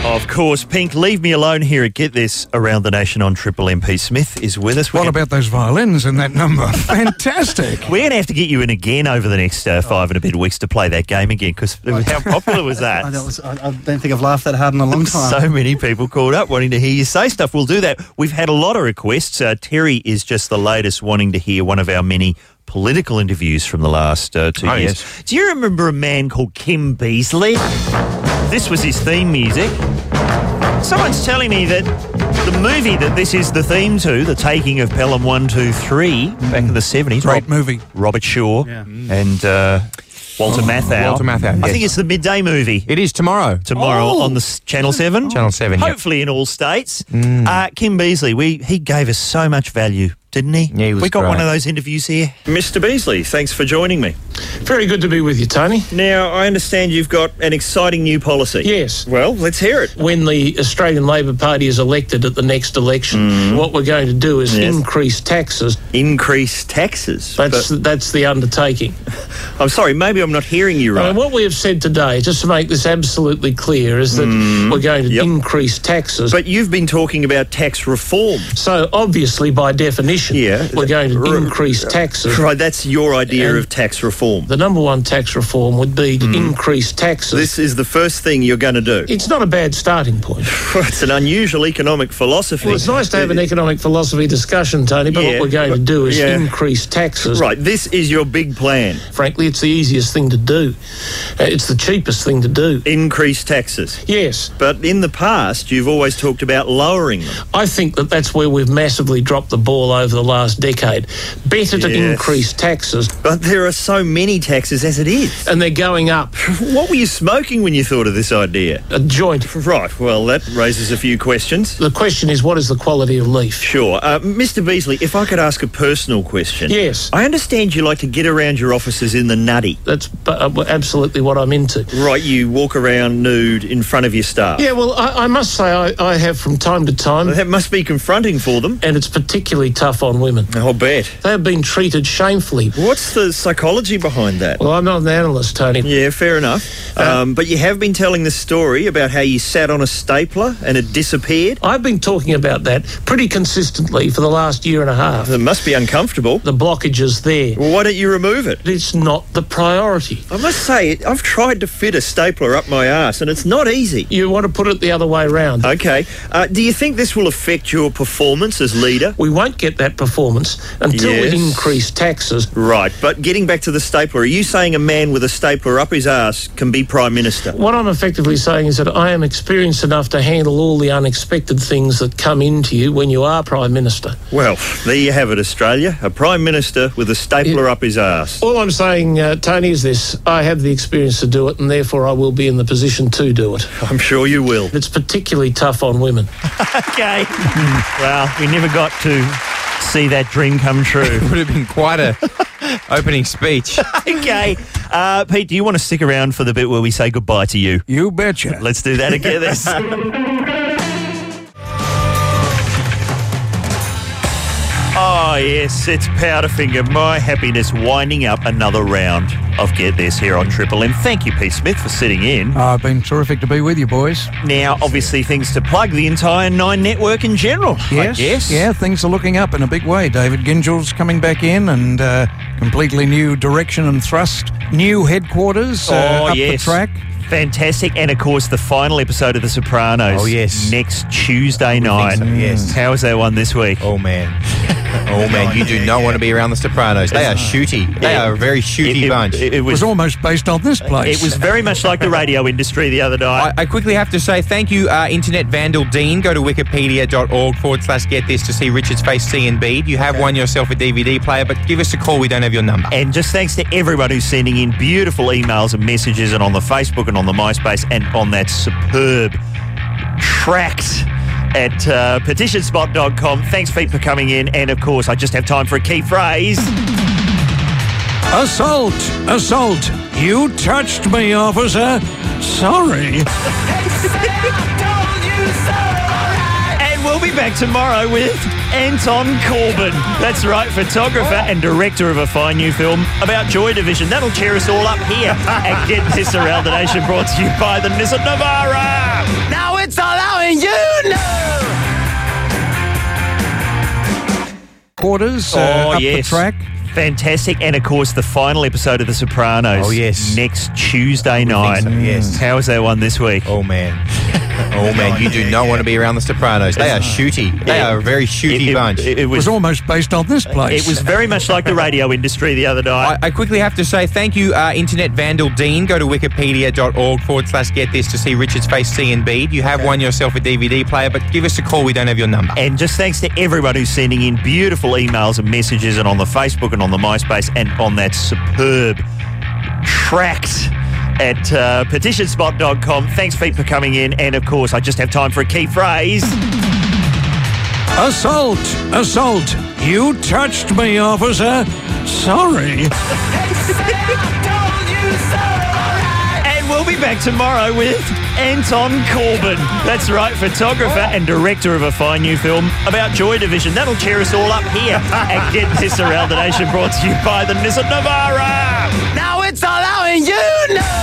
A: Of course, Pink, leave me alone here at Get This Around the Nation on Triple MP. Smith is with us. We're
W: What about those violins in that number? Fantastic.
A: We're going to have to get you in again over the next uh, five and a bit weeks to play that game again because how popular was that?
H: I, that was, I, I don't think I've laughed that hard in a long time.
A: So many people called up wanting to hear you say stuff. We'll do that. We've had a lot of requests. Uh, Terry is just the latest wanting to hear one of our many political interviews from the last uh, two
B: Oh,
A: years. Do you remember a man called Kim Beazley? This was his theme music. Someone's telling me that the movie that this is the theme to, The Taking of Pelham 123, back in the 70s. Great
W: movie.
A: Robert Shaw and uh, Walter
D: Oh,
A: Matthau.
D: Walter Matthau,
A: I
D: yes.
A: think it's the midday movie.
D: It is tomorrow. Oh.
A: Tomorrow on the s- Channel 7.
D: Channel Mm. 7. yep.
A: Hopefully in all states. Uh, Kim Beasley, we he gave us so much value, didn't he? Yeah, he
P: was
A: we got
P: great.
A: one of those interviews here. Mr. Beasley, thanks for joining me.
P: Very good to be with you, Tony.
A: Now, I understand you've got an exciting new policy.
P: Yes.
A: Well, let's hear it.
P: When the Australian Labor Party is elected at the next election, what we're going to do is
A: Mm. Yes.
P: increase taxes.
A: Increase taxes.
P: That's
A: But-
P: that's the undertaking.
A: I'm sorry, maybe I'm not hearing you
P: I mean, what we have said today, just to make this absolutely clear, is that we're going to increase taxes.
A: Mm. But you've been talking about tax reform.
P: So obviously, by definition, we're going to increase taxes.
A: Right, that's your idea
P: And
A: of tax reform. Hmm.
P: The number one tax reform would be to increase taxes.
A: This is the first thing you're going to do.
P: It's not a bad starting point.
A: it's an unusual economic philosophy.
P: Well, it's nice to have an economic philosophy discussion, Tony, but
A: Yeah,
P: what we're going to
A: but-
P: do is
A: yeah.
P: increase taxes.
A: Right, this is your big plan.
P: Frankly, it's the easiest thing to do. Uh, It's the cheapest thing to do.
A: Increase taxes.
P: Yes.
A: But in the past, you've always talked about lowering them.
P: I think that that's where we've massively dropped the ball over the last decade. Better to
A: Yes.
P: increase taxes.
A: But there are so many taxes as it is.
P: And they're going up.
A: What were you smoking when you thought of this idea?
P: A joint.
A: Right, well, that raises a few questions.
P: The question is, what is the quality of leaf?
A: Sure. Uh, Mr. Beasley, if I could ask a personal question.
P: Yes.
A: I understand you like to get around your offices in the nutty.
P: That's bu- uh, absolutely what I'm into.
A: Right, you walk around nude in front of your staff.
P: Yeah, well, I, I must say I, I have from time to time.
A: That must be confronting for them.
P: And it's particularly tough on women.
A: I'll bet.
P: They have been treated shamefully.
A: What's the psychology behind that?
P: Well, I'm not an analyst, Tony. Uh,
A: Yeah, fair enough. Um, but you have been telling this story about how you sat on a stapler and it disappeared.
P: I've been talking about that pretty consistently for the last year and a half.
A: It must be uncomfortable.
P: The blockage is there.
A: Well, why don't you remove it?
P: It's not the priority.
A: I must say, I've tried to fit a stapler up my ass, and it's not easy.
P: You want to put it the other way round.
A: Okay. Uh, do you think this will affect your performance as leader?
P: We won't get that performance until
A: Yes.
P: we increase taxes.
A: Right, but getting back to the stapler, are you saying a man with a stapler up his ass can be prime minister?
P: What I'm effectively saying is that I am experienced enough to handle all the unexpected things that come into you when you are Prime Minister.
A: Well, there you have it, Australia. A prime minister with a stapler up his ass.
P: All I'm saying, uh, Tony, is this I have the experience to do it, and therefore I will be in the position to do it.
A: I'm sure you will.
P: It's particularly tough on women.
A: okay.
D: Hmm.
A: well, we never got to see that dream come true.
D: Would have been quite a opening speech.
A: okay. Uh, Pete, do you want to stick around for the bit where we say goodbye to you?
W: You betcha.
A: Let's do that again. This. Oh, yes, it's Powderfinger, my happiness, winding up another round of Get This here on Triple M. Thank you, Pete Smith, for sitting in.
W: Oh, it's been terrific to be with you, boys.
A: Now, obviously, things to plug the entire Nine Network in general.
W: Yes.
A: Yes.
W: Yeah, things are looking up in a big way. David Gingel's coming back in and uh, completely new direction and thrust. New headquarters uh,
D: Oh,
W: up the track.
A: Oh, Fantastic. And of course, the final episode of The Sopranos.
D: Oh, yes.
A: Next Tuesday night.
D: so, yes.
A: How was that one this week?
D: Oh, man. Oh man, you do not want to be around the Sopranos. They are shooty. They are a very shooty bunch.
A: It, was,
W: almost based on
D: Uh,
W: this place.
A: It was very much like the radio industry the other night.
D: I quickly have to say thank you, uh, Internet Vandal Dean. Go to wikipedia.org forward slash get this to see Richard's face C and B. You have won yourself a DVD player, but give us a call. We don't have your number.
A: And just thanks to everyone who's sending in beautiful emails and messages and on the Facebook and on the MySpace and on that superb tracked at uh, petitionspot.com. Thanks, Pete, for coming in. And of course, I just have time for a key phrase.
W: Assault! Assault! You touched me, officer! Sorry!
A: And we'll be back tomorrow with Anton Corbin. That's right, photographer and director of a fine new film about Joy Division. That'll cheer us all up here at Get This Around the Nation, brought to you by the Nissan Navara.
I: Now it's allowing you know.
W: Quarters
A: oh,
W: uh, up
A: yes.
W: the track.
A: Fantastic. And of course, the final episode of The Sopranos.
D: Oh, yes.
A: Next Tuesday night. yes. How was that one this week?
D: Oh, man. Oh man, you do not want to be around the Sopranos. They are shooty. They are a very shooty bunch.
A: It was,
W: almost based on this place.
A: It was very much like the radio industry the other night.
D: I, I quickly have to say thank you, uh, Internet Vandal Dean. Go to wikipedia.org forward slash get this to see Richard's face C and B. You have won yourself a DVD player, but give us a call. We don't have your number.
A: And just thanks to everyone who's sending in beautiful emails and messages and on the Facebook and on the MySpace and on that superb tracked at uh, petitionspot.com. Thanks, Pete, for coming in. And of course, I just have time for a key phrase.
W: Assault! Assault! You touched me, officer! Sorry!
A: And we'll be back tomorrow with Anton Corbin. That's right, photographer and director of a fine new film about Joy Division. That'll cheer us all up here at Get This Around the Nation, brought to you by the Nissan Navara.
I: Now it's allowing you know.